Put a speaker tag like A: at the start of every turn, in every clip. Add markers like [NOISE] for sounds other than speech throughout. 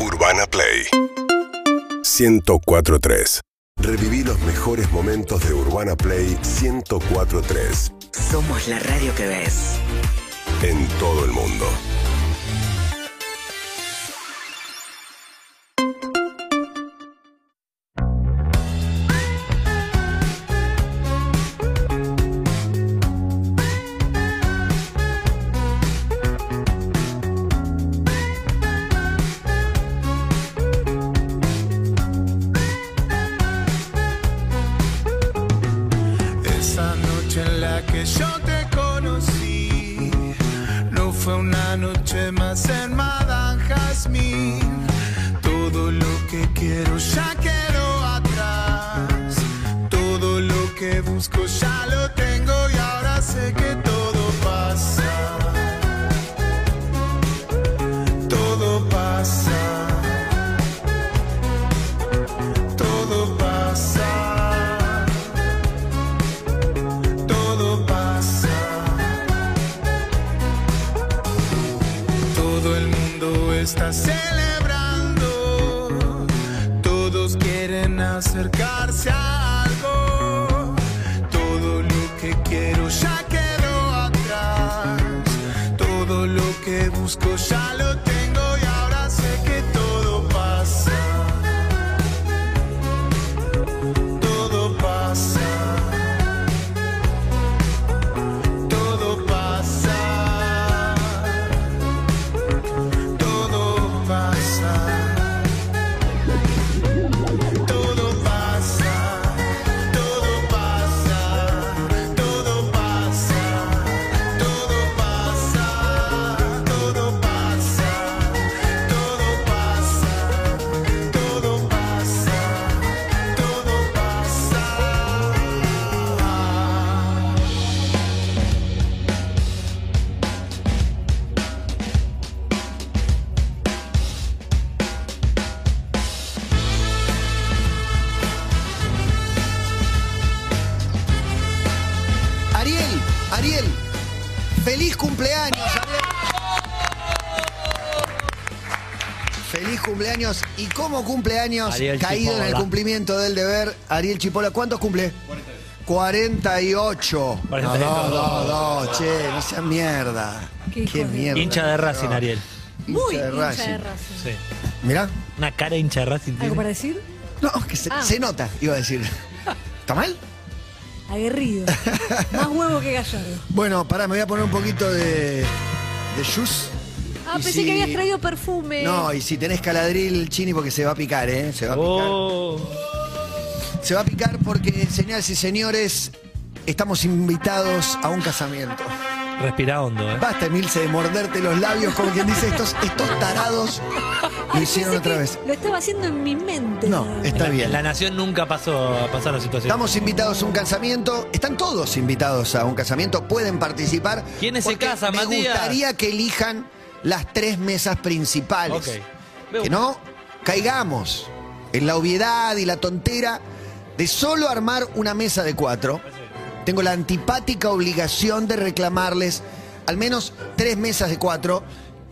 A: Urbana Play 1043. Reviví los mejores momentos de Urbana Play 1043
B: Somos la radio que ves.
A: en todo el mundo.
C: Esa noche en la que yo te conocí no fue una noche más en Madame Jasmine. Todo lo que quiero ya quiero atrás. Todo lo que busco ya lo tengo y ahora sé que todo pasa. Todo pasa. Todo pasa. Todo pasa. Todo el mundo está celebrando. Todos quieren acercarse a algo. Todo lo que quiero ya quedó atrás. Todo lo que busco ya lo tengo y ahora sé que todo pasa. Todo pasa. Todo pasa, todo pasa, todo pasa, todo pasa, todo pasa, todo pasa, todo pasa, todo pasa, todo pasa, todo pasa.
D: Ariel, Ariel, feliz cumpleaños, Ariel. Feliz cumpleaños y como cumpleaños
E: Ariel
D: caído en el
E: Chipola.
D: cumplimiento del deber, Ariel Chipola, ¿cuántos cumple? 48. No,
E: 48.
D: no, no, no, che, no sea mierda.
F: Qué
D: Qué,
F: hijo de-
D: mierda.
E: Hincha de Racing, Ariel.
F: Muy
D: Hincha de Racing.
F: hincha de Racing.
E: Sí.
D: Mirá.
E: Una cara de hincha de Racing. tiene.
F: ¿Algo para decir?
D: No, que se,
F: Ah.
D: se nota, iba a decir. ¿Está mal? [LAUGHS]
F: Aguerrido. Más huevo que gallardo.
D: Bueno, pará, me voy a poner un poquito de. de juice.
F: Ah,
D: Y
F: pensé
D: si-
F: que habías traído perfume.
D: No, y si tenés caladril, chini, porque se va a picar, ¿eh? Se va a picar.
E: Oh.
D: Se va a picar porque, señoras y señores, estamos invitados a un casamiento.
E: Respira hondo, ¿eh?
D: Basta, Emilce, de morderte los labios, como quien dice, estos, estos tarados lo
F: Ay,
D: hicieron
F: Ah, pensé
D: otra
F: que
D: vez.
F: Lo estaba haciendo en mi mente.
D: No, está
E: En la-
D: bien.
E: En la nación nunca pasó a pasar la situación.
D: Estamos invitados a un casamiento. Están todos invitados a un casamiento. Pueden participar.
E: ¿Quiénes se
D: porque
E: casan,
D: Me
E: Matías?
D: gustaría que elijan las tres mesas principales.
E: Ok.
D: Que no caigamos en la obviedad y la tontera de solo armar una mesa de cuatro. Tengo la antipática obligación de reclamarles al menos tres mesas de cuatro.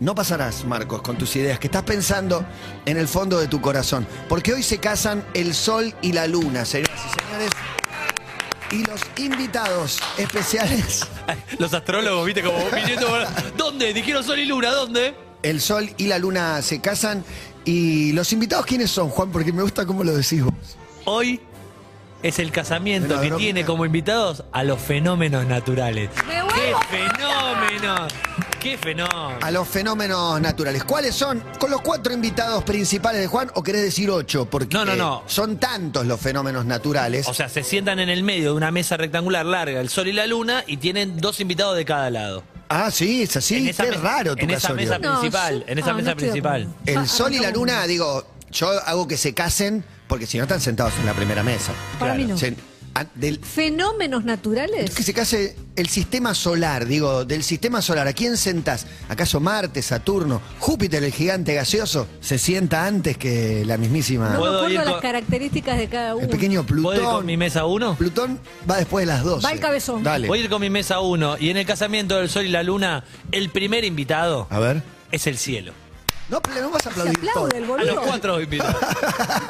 D: No pasarás, Marcos, con tus ideas, que estás pensando en el fondo de tu corazón. Porque hoy se casan el sol y la luna, señoras y señores. Y los invitados especiales, [LAUGHS]
E: Ay, [LAUGHS] Los astrólogos, viste, como viniendo. ¿Dónde? Dijeron sol y luna, ¿dónde?
D: el sol y la luna se casan. Y los invitados, ¿quiénes son, Juan? Porque me gusta cómo lo decís vos.
E: Hoy es el casamiento
D: Una
E: que
D: bronca.
E: tiene como invitados a los fenómenos naturales.
F: ¡Me
E: ¡Qué
F: vuelvo
E: fenómeno! ¡Qué fenómeno!
D: a los fenómenos naturales. ¿Cuáles son? Con los cuatro invitados principales de Juan, o querés decir ocho, porque
E: No, no, no.
D: son tantos los fenómenos naturales.
E: O sea, se sientan en el medio de una mesa rectangular larga, el sol y la luna, y tienen dos invitados de cada lado.
D: ah, sí, es así,
E: en
D: qué
E: esa me-
D: raro tu
E: en esa
D: casorio.
E: mesa- principal, en esa mesa
F: estoy de
E: principal.
F: acuerdo. Ah,
D: El sol y la
F: arrancamos
D: luna,
F: mal.
D: digo, yo hago que se casen, porque si no están sentados en la primera mesa.
F: Para mí no.
D: Se- ah, del-
F: Fenómenos naturales.
D: que se case el sistema solar, digo, del sistema solar, ¿a quién sentás? ¿Acaso Marte, Saturno, Júpiter, el gigante gaseoso, se sienta antes que la mismísima?
F: No me
E: ¿Puedo ir
F: acuerdo las
E: con-
F: características de cada
D: El
F: uno.
D: pequeño
E: ¿Puedo ir
D: Plutón.
E: con mi mesa uno?
D: Plutón va después de las 12.
F: Va el cabezón.
D: Dale.
E: Voy a ir con mi mesa
D: Ah.
E: uno. Y en el casamiento del sol y la luna, el primer invitado
D: A ver.
E: es el cielo.
D: No, pero no vas a
F: Se
D: aplaudir todo.
F: aplaude el
E: A los
F: boludo.
E: cuatro os invito.
D: [LAUGHS]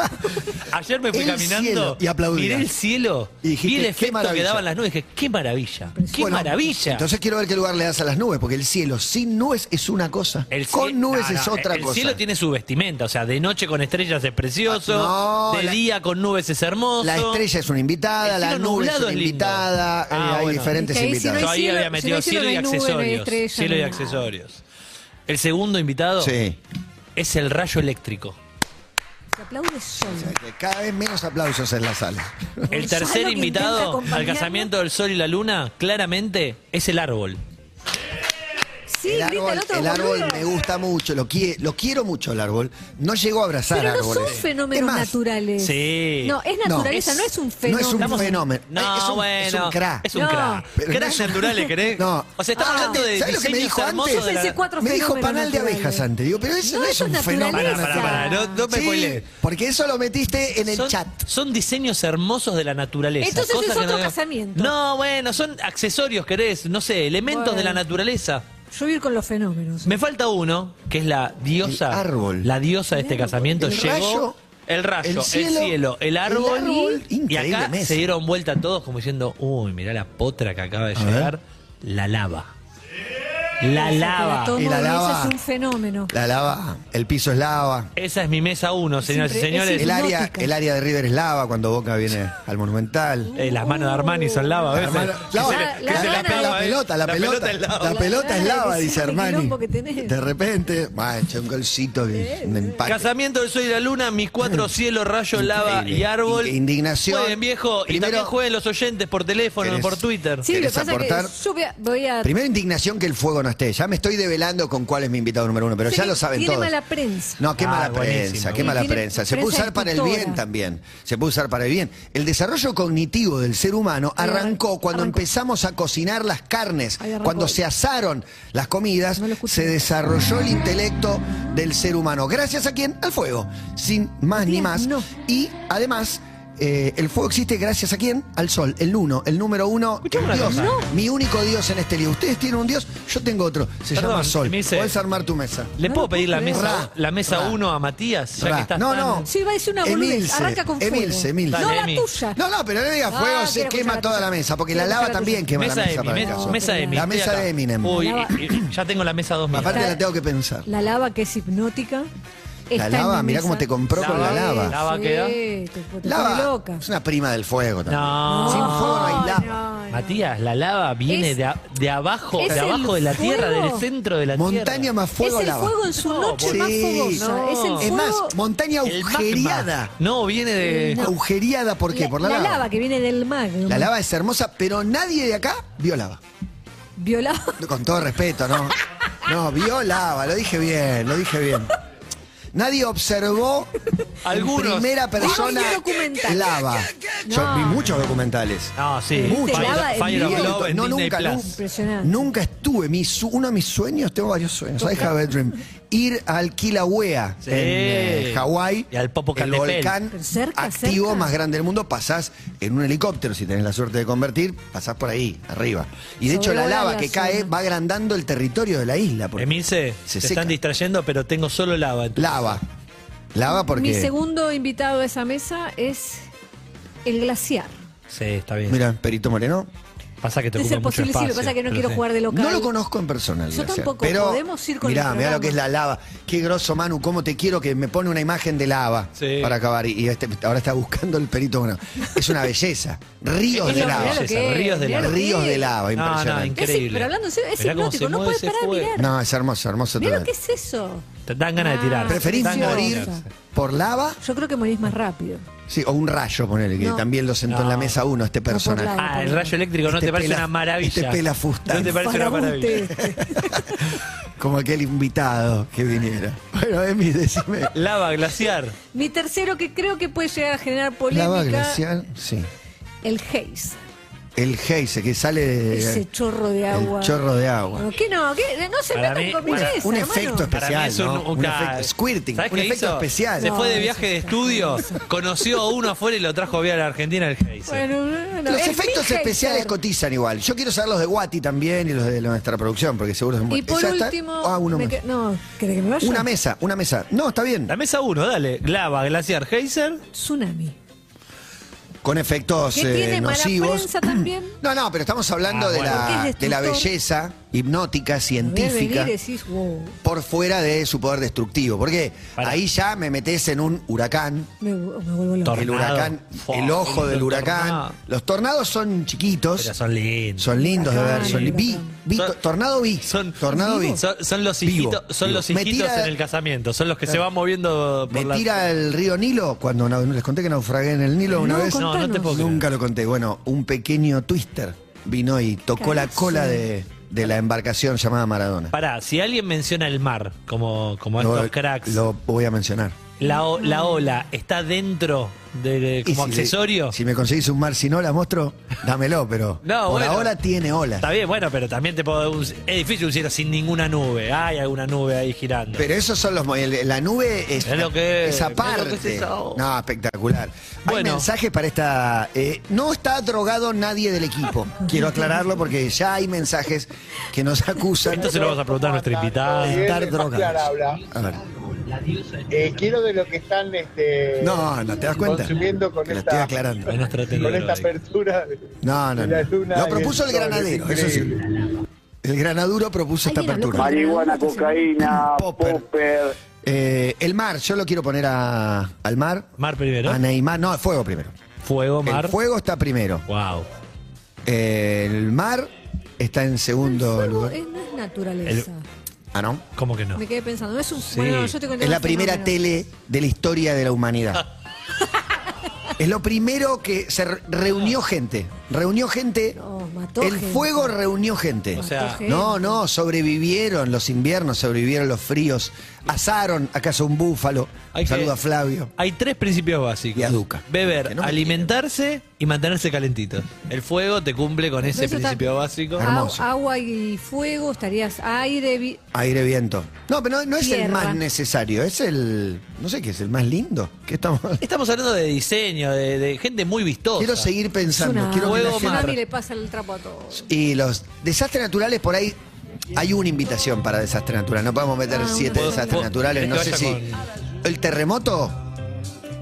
E: Ayer me fui
D: El cielo,
E: caminando
D: y aplaudí.
E: Miré el cielo
D: Y dijiste,
E: vi el
D: qué
E: efecto que
D: maravilla.
E: daban las nubes. Dije, qué maravilla. Qué
D: Bueno,
E: maravilla.
D: Entonces quiero ver qué lugar le das a las nubes, porque el cielo sin nubes es una cosa,
E: El cie-
D: con nubes
E: no, no,
D: es otra
E: el
D: cosa.
E: cielo tiene su vestimenta, o sea, de noche con estrellas es precioso,
D: Ah, no,
E: de
D: la-
E: día con nubes es hermoso.
D: La estrella es una invitada,
E: El
D: la
E: cielo
D: nube es
E: nublado
D: una
E: es lindo.
D: invitada, eh,
E: Ah,
D: hay
E: bueno.
D: diferentes
F: Es que ahí sí no
D: invitados.
F: hay
E: Yo ahí
F: cielo-
E: había
F: si no
E: metido
F: hay cielo,
E: cielo,
F: no
E: y
F: hay nube, no hay
E: accesorios.
F: estrella,
E: cielo
F: no
E: y
F: hay nada.
E: accesorios. El segundo invitado
D: Sí.
E: es el rayo eléctrico.
F: Se aplaude solo.
D: Cada vez menos aplausos en la sala.
E: El
F: Gonzalo
E: tercer
F: que intenta
E: invitado al
F: acompañarlo.
E: casamiento del sol y la luna, claramente, es el árbol.
D: [LAUGHS]
F: Sí,
D: El
F: grita el
D: árbol,
F: otro
D: el árbol
F: boludo.
D: me gusta mucho, lo, qui- lo quiero mucho el árbol. No llego a abrazar
F: Pero no
D: árboles.
F: son fenómenos
D: eh. Es más,
F: naturales.
E: Sí.
F: No, es naturaleza, no, es un fenómeno.
D: No es un
E: Estamos-
D: fenómeno.
E: No,
D: es un,
E: bueno.
D: Es un cra.
E: Es un
F: No.
E: cra.
D: Pero no
E: Crack
D: es un-
E: naturales,
D: [LAUGHS]
E: ¿querés?
D: No.
E: O sea, estamos
F: Ah,
E: hablando de
D: ¿sabes lo que me
E: diseños
D: dijo
E: hermosos
D: antes?
E: de la-
F: Pensé cuatro
D: Me dijo
F: fenómenos
D: panal de
F: naturales.
D: abejas antes. Digo, pero eso
F: No,
D: no, es
F: eso
D: un
F: es
D: fenómeno.
F: naturaleza.
E: Pará, pará, no, no me
D: Sí,
E: spoilees.
D: porque eso lo metiste en el
E: Son-
D: chat.
E: Son diseños hermosos de la naturaleza.
F: Entonces
E: cosas
F: es
E: que
F: otro
E: no-
F: casamiento.
E: No, bueno, son accesorios, querés, no sé, elementos
F: Bueno.
E: de la naturaleza.
F: Yo voy a ir con los fenómenos.
E: Me falta uno, que es la diosa.
D: El árbol.
E: La diosa de este casamiento
D: El
E: llegó.
D: rayo,
E: el rayo,
D: el
E: el
D: cielo,
E: cielo, el,
D: el
E: árbol.
D: árbol.
E: y
D: Increíble
E: acá
D: mesa.
E: se dieron vuelta todos como diciendo, uy, mirá la potra que acaba de
D: A
E: llegar. La lava. La lava.
F: Todo
D: Y la lava.
F: es un fenómeno.
D: La lava, el piso es lava.
E: Esa es mi mesa uno, señoras y
F: impre-
E: señores.
F: es
D: El área,
F: hipnótica.
D: el área de River es lava cuando Boca viene al Monumental.
E: Eh, las manos de Armani son lava a veces.
D: Hermano,
E: Que
D: lava,
E: se le-
F: la-
E: que
F: la-
E: se le
F: la-
E: pega,
D: la
E: eh.
D: pelota, la pelota.
E: es lava.
D: La pelota es
F: Claro,
D: lava,
F: que
D: dice
F: sí, qué
D: Armani.
F: quilombo que tenés.
D: De repente, mancha, un golcito que un empate.
E: Casamiento del Sol y la Luna, mis cuatro cielos, rayo, lava y árbol.
D: Inque- Mm. indignación.
E: Jueguen, viejo. y
D: Primero-
E: también jueguen los oyentes por teléfono,
D: ¿Querés?
E: por Twitter.
F: Sí, lo
D: ¿Querés
F: que pasa
D: aportar?
F: que yo voy a... Voy a
D: Primero indignación que el fuego no esté. Ya me estoy develando con cuál es mi invitado número uno, pero
F: Sí,
D: ya lo saben
F: tiene
D: todos.
F: mala prensa.
D: No, qué
E: Ah,
D: mala
E: buenísimo.
D: prensa, qué mala
F: Tiene
D: prensa. Se puede
F: prensa
D: usar para el
F: destructora.
D: bien también. Se puede usar para el bien. El desarrollo cognitivo del ser humano
F: Ahí arran-
D: arrancó cuando
F: arrancó.
D: empezamos a cocinar las carnes,
F: Ahí arrancó.
D: cuando se asaron las comidas,
F: No lo escuché.
D: se desarrolló el intelecto del ser humano. Gracias a quién? Al fuego. Sin más ni
F: Bien,
D: más.
F: no.
D: Y además... eh, el fuego existe gracias a quién? Al sol, el uno, el número uno,
E: Escuchame una
D: Dios,
E: cosa. No.
D: mi único Dios en este lío. Ustedes tienen un Dios, yo tengo otro. Se
E: Perdón,
D: llama Sol.
E: me dice-
D: Puedes armar tu mesa.
E: ¿Le
F: No
E: puedo
F: lo
E: pedir la
F: puedo creer.
E: mesa,
D: Ra,
E: la mesa
D: ra.
E: 1 a Matías? Ya
D: Ra.
E: que estás
D: No,
E: tan-
D: no.
F: Sí, va a decir una boludez.
D: Emilce,
F: Arranca con fuego.
D: Emilce, Emilce.
F: No,
E: Dale,
F: la
E: Emi.
F: tuya.
D: No, no, pero no le digas
F: No,
D: fuego, se
F: Ah, quiero
D: quema
F: escuchar
D: toda
F: la
D: la
F: tuya.
D: mesa, porque
F: Quiero
D: la lava
F: escuchar la
D: también
F: tuya.
D: quema
E: Mesa
D: la
E: de
D: mesa
E: mi
D: para el
E: mesa-
D: caso.
E: mesa de Emi,
D: La
E: estoy
D: mesa
E: acá.
D: de Eminem.
E: Uy,
F: La-
E: y- y- ya tengo la mesa 2 mía.
D: Aparte
F: Está-
D: la tengo que pensar.
F: La lava que es hipnótica.
D: La
F: está en
D: lava,
F: mi
D: mirá
F: mesa.
D: cómo te compró con la
E: Lava.
D: lava.
E: Lava
F: sí,
E: queda.
F: Te, te pone
D: Lava
F: loca.
D: es una prima del fuego también.
E: No.
D: Sin fuego no hay lava.
F: no, no.
E: Matías, la lava viene
F: Es-
E: de, a- de abajo,
F: es
E: de abajo
F: el
E: de la tierra,
F: fuego.
E: del centro de la
D: Montaña
E: tierra.
D: más fuego,
F: es el
D: lava.
F: fuego en su
E: No,
F: noche
E: sí,
F: más fogosa.
E: no.
F: Es el fuego.
D: Es más, montaña
E: El magma.
D: agujereada.
E: No, viene de.
D: Agujereada, ¿por qué?
F: la,
D: Por la,
F: la
D: lava.
F: que viene del mar. ¿no?
D: La lava es hermosa, pero nadie de acá vio lava.
F: Violaba.
D: Con todo respeto, ¿no? No, vio lava, lo dije bien, lo dije bien. Nadie observó
E: Algunos.
D: en primera persona
F: Vimos un documental.
D: lava. Yo
F: No.
D: vi muchos documentales.
E: No, sí.
D: Mucho.
E: Fire,
F: Lava en
E: Fire of
F: vivo.
E: Love en
D: No,
E: Disney
D: nunca,
E: Plus.
D: nunca.
F: Impresionante.
D: Nunca estuve, mi su- uno de mis sueños, tengo varios sueños, I have a dream, ir al Kilauea
E: Sí.
D: en eh, Hawái,
E: Y al
D: el
E: Popocatépetl.
D: volcán
F: Pero cerca,
D: activo
F: cerca.
D: más grande del mundo, pasás en un helicóptero, si tenés la suerte de convertir, pasás por ahí, arriba. Y de hecho la
F: Sobrevuela
D: lava
F: la
D: que cae
F: zona.
D: va agrandando el territorio de la isla. porque
E: Emilce, se
D: seca.
E: están distrayendo, pero tengo solo lava. en tu-
D: Lava. Lava
F: Mi
D: porque.
F: segundo invitado a esa mesa es el glaciar.
E: Sí, está bien.
D: Mira, Perito Moreno.
E: Pasa que te
F: De
E: ocupa
F: ser
E: mucho
F: posible, sí, lo
E: espacio.
F: que pasa es que no
E: pero
F: quiero
E: sí.
F: jugar de local.
D: No lo conozco en persona. el
F: Yo
D: glaciar,
F: tampoco,
D: Pero
F: podemos ir con el
D: Mirá, mirá lo
F: programa.
D: que es la lava. Qué grosso, Manu, cómo te quiero que me pone una imagen de lava
E: Sí.
D: para acabar. Y, y este- ahora está buscando el Perito Moreno. Es una belleza. Ríos
E: Es
D: de
E: una
D: lava.
E: belleza,
F: Mirá lo que
E: ríos de
F: es, mirá
E: lava.
F: lo que
D: Ríos
F: es.
D: de lava,
E: No, no,
D: impresionante.
F: Ese-
E: Increíble.
F: pero hablando en serio, es
E: Mirá cómo
F: hipnótico,
E: se
F: no
E: mueve
F: puedes
E: ese
F: parar de
E: fuego.
F: mirar.
D: No, es hermoso, hermoso
F: Mirá
D: todo.
F: lo que es eso.
E: Te dan ganas de tirar.
F: Ah,
D: ¿Preferís
E: Dan ganas de
D: morir
E: tirar.
D: por lava?
F: Yo creo que morís más rápido.
D: Sí, o un rayo, ponele, que
F: No.
D: también lo sentó en la
E: No.
D: mesa uno, este
F: por
D: personaje.
F: lava.
E: Ah, el rayo eléctrico no
D: Este
E: te parece
D: pela-
E: una maravilla.
D: este pelafusta.
E: No te parece una
F: Faraute.
E: maravilla.
D: Como aquel invitado que viniera. Bueno, Emi, decime.
E: Lava glaciar.
F: Mi tercero que creo que puede llegar a generar
D: Lava
F: polémica,
D: glacial, sí.
F: el Haze.
D: El geise que sale de-
F: Ese chorro de agua.
D: El chorro de agua.
F: No, ¿Qué no? ¿Qué? No se
E: Para
F: metan
E: mí-
F: con mi
E: para-
F: belleza,
D: un
F: hermano.
D: efecto especial.
E: Para mí es un,
D: ¿no?
E: un
D: Un
E: ca-
D: efecto- squirting,
E: ¿Sabés
D: un
E: qué
D: efecto
E: hizo?
D: especial.
E: Se fue de
F: No,
E: viaje
F: eso
E: de
F: está
E: estudio,
F: buenísimo.
E: conoció a uno afuera y lo trajo a ver a la Argentina el Geise.
F: Bueno, no, no,
D: Los
F: es mi
D: efectos
F: hater.
D: especiales cotizan igual. Yo quiero saber los de Guati también y los de nuestra producción, porque seguro son
F: Y
D: buenos.
F: por
D: ¿Ya está?
F: último.
D: Ah, uno
F: me
D: más.
F: que- No, ¿querés que me vaya?
D: Una mesa, una mesa. No, está bien.
E: La mesa 1, dale. Glava, Glaciar, Geyser.
F: Tsunami.
D: Con efectos
F: ¿Qué
D: eh,
F: tiene mala
D: nocivos.
F: prensa también?
D: [CLEARS THROAT] No, no, pero estamos hablando
E: Ah,
D: de,
E: bueno.
D: la,
F: Porque es
D: de la
F: destructor.
D: belleza hipnótica,
F: Me ves
D: científica,
F: venir y decís, wow,
D: por fuera de su poder destructivo. Porque
E: Pará.
D: ahí ya me metes en un huracán.
F: me, me vuelvo loco.
E: Tornado.
D: El huracán,
E: Fua,
D: el ojo
E: lindo
D: del huracán.
E: tornado.
D: Los tornados son chiquitos.
E: Pero son lindos.
D: Son lindos de ver.
F: Huracán,
D: Son, vi,
F: huracán.
D: vi-
E: Son-
D: tornado vi.
E: Son,
D: tornado vi.
E: son, son los
D: Vivo,
E: hijitos, son
D: vivo.
E: los
D: Me
E: hijitos
D: tira- Eh,
E: en el casamiento, son los que se van moviendo por
D: Me
E: la.
D: tira el río Nilo cuando nau- les conté que naufragué en el Nilo una
F: No,
D: vez.
E: No, no te
F: Contanos.
E: puedo creer.
D: Nunca lo conté. Bueno, un pequeño twister vino y tocó la
F: Carazo.
D: cola de, de la embarcación llamada Maradona.
E: Pará, si alguien menciona el mar, como, como estos cracks,
D: lo voy a mencionar.
E: la, o- la ola está dentro de, de-
D: Y
E: como
D: si le-
E: accesorio.
D: si me conseguís un mar sin ola, monstruo, dámelo, pero
E: No,
D: por
E: bueno.
D: ahora tiene olas.
E: Está bien, bueno, pero también te puedo dar un- Es difícil un cielo sin ninguna nube. Hay alguna nube ahí girando.
D: Pero esos son los mo- el- la nube es,
E: Mirá lo que es,
D: esa
E: mirá lo
D: parte.
E: que es eso.
D: no, espectacular. Hay
E: Bueno.
D: mensajes para esta eh, no está drogado nadie del equipo. Quiero aclararlo porque ya hay mensajes que nos acusan
E: Esto se lo vamos a preguntar a nuestra invitada.
G: eh,
D: de estar
G: Claro,
D: drogados.
G: habla.
D: A ver.
G: Eh, quiero de lo que están este,
D: No, no te das cuenta.
G: consumiendo con
D: Te lo
G: esta-
D: estoy aclarando.
E: En nuestra
G: con esta
E: tecnología.
G: apertura de,
D: No, no,
G: de
D: no.
G: la luna.
D: Lo propuso el granadero, eso sí. El granaduro propuso esta
F: Alguien habló
D: apertura.
F: con-
H: Marihuana, cocaína,
G: Ah,
D: Popper.
H: popper.
D: Eh, el mar, yo lo quiero poner a- al mar.
E: Mar primero.
D: A Neymar, no, al fuego primero.
E: Fuego, mar.
D: El fuego está primero.
E: Wow.
D: El mar está en segundo
F: Fuego
D: lugar.
F: es- no es naturaleza.
D: Ah, ¿no?
E: ¿Cómo que no?
F: Me quedé pensando, no es un bueno, yo te conté
D: Es la
F: un
D: primera
F: fenómeno.
D: tele de la historia de la humanidad.
F: [LAUGHS]
D: es lo primero que se re- reunió gente. Reunió gente.
F: No, mató
D: el
F: gente.
D: fuego reunió gente.
E: O sea,
F: Gente.
D: No, no, sobrevivieron los inviernos, sobrevivieron los fríos. Asaron acaso un búfalo.
E: Hay que-
D: Saluda a Flavio.
E: hay tres principios básicos.
D: Y a Duca. Que
E: Beber,
D: no me
E: alimentarse y mantenerse calentito. El fuego te cumple con ese
F: Eso está-
E: principio básico.
D: Ah.
F: Au-
D: Hermoso.
F: agua y fuego, estarías aire, vi-
D: Aire viento. No, pero no, no es el
F: Tierra.
D: más necesario, es el. No sé qué es el más lindo. ¿Qué estamos?
E: Estamos hablando de diseño, de, de gente muy vistosa.
D: Quiero seguir pensando.
F: Tsunami.
D: Quiero que la
E: Fuego,
D: gente-
E: mar.
F: Tsunami le pasa el trapo a todos.
D: Y los desastres naturales por ahí. Hay una invitación para desastres naturales. No podemos meter
F: Ah, una
D: siete
F: cosa.
D: desastres
E: ¿Puedo-
D: naturales. No
E: ¿Querés
D: sé
E: que
D: si.
E: vaya
D: El terremoto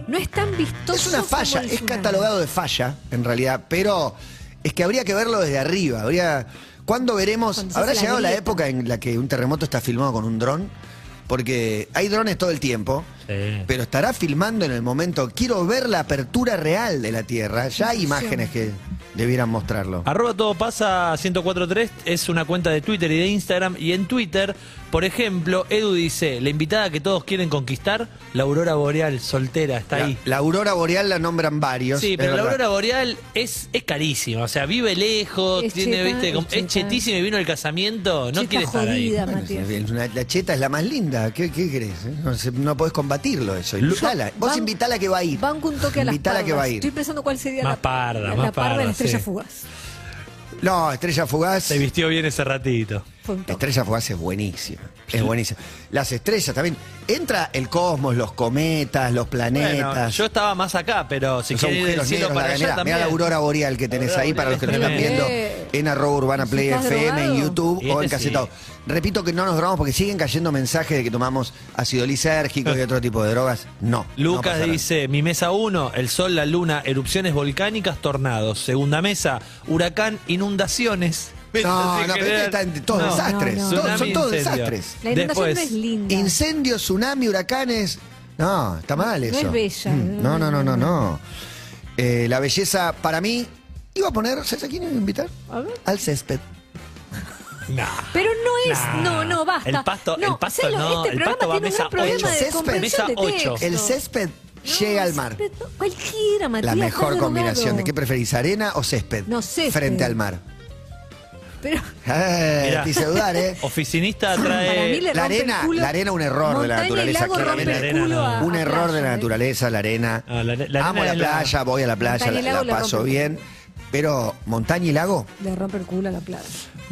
F: No es tan vistoso.
D: es una
F: como
D: falla,
F: el
D: es
F: tsunami.
D: catalogado de falla, en realidad, pero es que habría que verlo desde arriba. Habría. ¿Cuándo veremos?
F: Cuando se
D: ¿Habrá
F: hace la
D: llegado la
F: grieta.
D: época en la que un terremoto está filmado con un dron? Porque hay drones todo el tiempo.
E: Sí.
D: Pero estará filmando en el momento. Quiero ver la apertura real de la Tierra. Ya hay imágenes que debieran mostrarlo.
E: Arroba todo pasa 1043 es una cuenta de Twitter y de Instagram. Y en Twitter, por ejemplo, Edu dice, la invitada que todos quieren conquistar, la aurora boreal, soltera, está
D: La,
E: ahí.
D: la aurora boreal la nombran varios.
E: Sí,
D: es
E: pero la
D: verdad.
E: aurora boreal es, es carísima, o sea, vive lejos,
F: Es
E: tiene,
F: cheta,
E: viste, como-
F: es
E: es
F: cheta.
E: chetísima y vino el casamiento, no
F: Cheta
E: quiere estar ahí.
F: jodida.
D: Bueno,
F: Matías.
D: es una- la cheta es la más linda. ¿Qué, qué crees? eh? No, se- no podés combatirlo eso. Invitala. Vos
F: Ban-
D: invitala que va a ir.
F: Banco un toque a las
D: Invitala
F: pardas.
D: que va a ir.
F: Estoy pensando cuál sería
E: Más
F: la
E: parda,
F: la,
E: más
F: la parda de
E: parda,
F: la estrella
E: sí.
F: fugaz.
D: No, Estrella Fugaz.
E: Se vistió bien ese ratito.
F: Fue un toque.
D: Estrella Fugaz es buenísima. Es buenísima. Las estrellas también. Entra el cosmos, los cometas, los planetas.
E: Bueno, yo estaba más acá, pero si
D: Los
E: quieren ir del
D: agujeros
E: cielo
D: negros,
E: para
D: la
E: allá
D: ganera.
E: también.
D: Mirá la aurora boreal que tenés
E: Aurora
D: ahí para los que nos están
E: boreal
D: viendo
F: es
D: en arroba urbana
F: Si
D: play
F: estás
D: FM, en
F: drogado.
D: YouTube
E: Y
D: o
E: este
D: en casetado.
E: sí.
D: Repito que no nos drogamos porque siguen cayendo mensajes de que tomamos ácido lisérgico y otro tipo de drogas. No. no
E: Lucas
D: pasará.
E: dice, mi mesa 1, el sol, la luna, erupciones volcánicas, tornados. Segunda mesa, huracán, inundaciones. [LAUGHS]
D: No,
E: Así
D: no,
E: que
D: pero este
E: era-
D: está en todos desastres.
F: no, no.
D: Todos- son
E: Tsunami,
D: todos
E: incendio.
D: desastres.
F: La inundación
E: Después,
F: no es linda.
D: Incendios, tsunami, huracanes. No, está mal
F: No
D: eso.
F: es bella.
D: Mm, No, no, no, no, no. Eh, la belleza para mí. Iba a poner, ¿sabes a quién iba a invitar?
F: A ver.
D: Al césped.
E: Nah.
F: Pero no es,
E: Nah.
F: no, no, basta.
E: El pasto-
F: no,
E: el pasto
F: Celo,
E: no,
F: Este
E: el
F: programa
E: pasto va
F: tiene un gran
E: mesa
F: problema
D: ocho.
F: de
D: Césped.
F: comprensión
E: Mesa
F: de
E: ocho.
F: texto.
D: El césped
F: No,
D: llega al mar.
F: césped no, cualquiera, Matías.
D: La mejor
F: estás
D: combinación. ¿De
F: drogado.
D: qué preferís? ¿Arena o césped?
F: No, césped.
D: Frente al mar.
F: Pero
D: Eh,
E: Mirá.
D: te hice dudar,
F: [LAUGHS]
D: ¿eh?
E: Oficinista
F: para mí le
E: trae...
D: la
F: rompe el
D: arena-
F: culo.
D: la arena un error de la
F: Montaña y
D: naturaleza,
F: lago rompe el
E: claramente.
F: culo
E: Arena
F: a-
D: Un
F: a
D: error de
F: playa,
D: la
F: ¿eh?
D: naturaleza, la arena.
E: No, Ah, la- la
D: Amo
E: arena
D: la
E: es la-
D: playa, voy a la playa,
F: Montaña
D: la,
F: y lago
D: la
F: la
D: paso
F: rompe.
D: bien. Pero montaña y lago.
F: Le rompe el culo a la plata.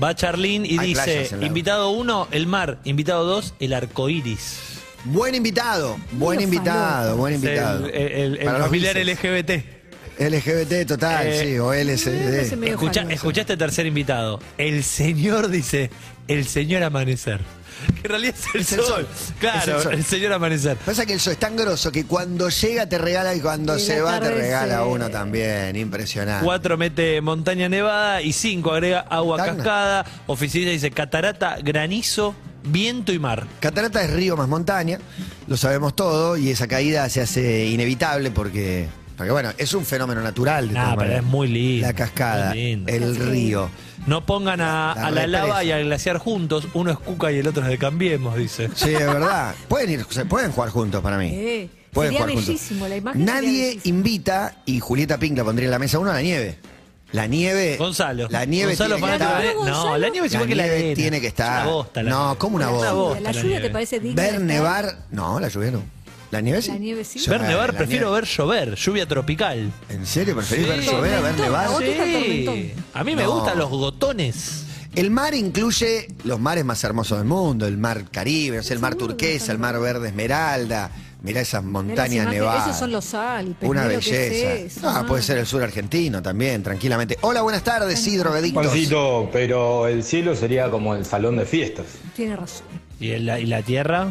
E: Va Charlín y
D: Hay
E: dice:
D: playas en la-
E: invitado 1, el mar. Invitado 2, el arco iris.
D: Buen invitado, buen
F: Medio
D: invitado,
F: falopa.
D: buen invitado.
E: El, el- el
D: Para los
E: familiar
D: bises.
E: LGBT.
D: LGBT total,
E: Eh,
D: sí, o
F: Ese
D: LCD.
F: medio
E: Escucha,
F: famoso.
E: escuchá este tercer invitado. El señor dice: el señor amanecer. Que en realidad es el,
D: Es el
E: sol.
D: sol. Es
E: Claro,
D: el
E: el,
D: sol.
E: señor amanecer.
D: Pasa que el sol es tan grosso que cuando llega te regala y cuando
F: Y
D: se
F: la
D: va te
F: tarde
D: regala
F: se-
D: uno también. Impresionante.
E: 4 mete montaña nevada y 5 agrega agua
D: Tacna.
E: cascada. Oficina dice catarata, granizo, viento y mar.
D: Catarata es río más montaña, lo sabemos todo, y esa caída se hace inevitable porque, porque bueno, es un fenómeno natural. De
E: Ah,
D: todas
E: pero
D: maneras.
E: es muy lindo,
D: La cascada,
E: muy lindo.
D: el río.
E: No pongan a
D: La
E: a la lava
D: represa.
E: y al glaciar juntos. Uno es cuca y el otro es de cambiemos, dice.
D: Sí, es
F: [LAUGHS]
D: verdad. Pueden ir, se pueden jugar juntos para mí.
F: Eh,
D: pueden
F: sería
D: jugar
F: bellísimo,
D: juntos.
F: la imagen sería
D: Nadie
F: bellísima.
D: invita, y Julieta Pink la pondría en la mesa uno, a la nieve. La nieve.
E: Gonzalo.
D: La nieve
E: Gonzalo
D: tiene que
E: fanático ¿eh?
D: estar.
E: de- No, la nieve es
D: La
E: igual que la
D: nieve
E: arena.
D: tiene que estar.
E: Es una bosta, la
D: No,
E: nieve.
D: ¿cómo una
E: Es
D: bosta?
E: bosta
F: ¿La
E: la
F: lluvia
E: nieve.
F: te parece digna? de
D: Ver
F: estar?
D: nevar. No, la lluvia no. La nieve sí. eh,
F: La nieve sí.
E: Ver nevar,
D: la
E: prefiero
D: nieve.
E: ver llover, lluvia tropical.
D: ¿En serio? ¿Preferís
E: Sí.
D: ver llover a ver
F: Tormentón,
D: nevar?
F: ¿a vos te gusta el
E: Sí.
F: tormentón?
E: A mí me
D: No.
E: gustan los gotones.
D: El mar incluye los mares más hermosos del mundo, el mar Caribe, o sea, el mar turquesa, el mar verde esmeralda. Mirá esas
F: Mirá las
D: montañas
F: imágenes,
D: nevadas.
F: Esos son los Alpes.
D: Una
F: mirá lo que es
D: belleza.
F: eso,
D: Ah,
F: man.
D: puede ser el sur argentino también, tranquilamente. Hola, buenas tardes, sí, drogadictos.
H: Juancito, pero el cielo sería como el salón de fiestas.
F: Tiene razón.
E: ¿Y, el- la- y la tierra?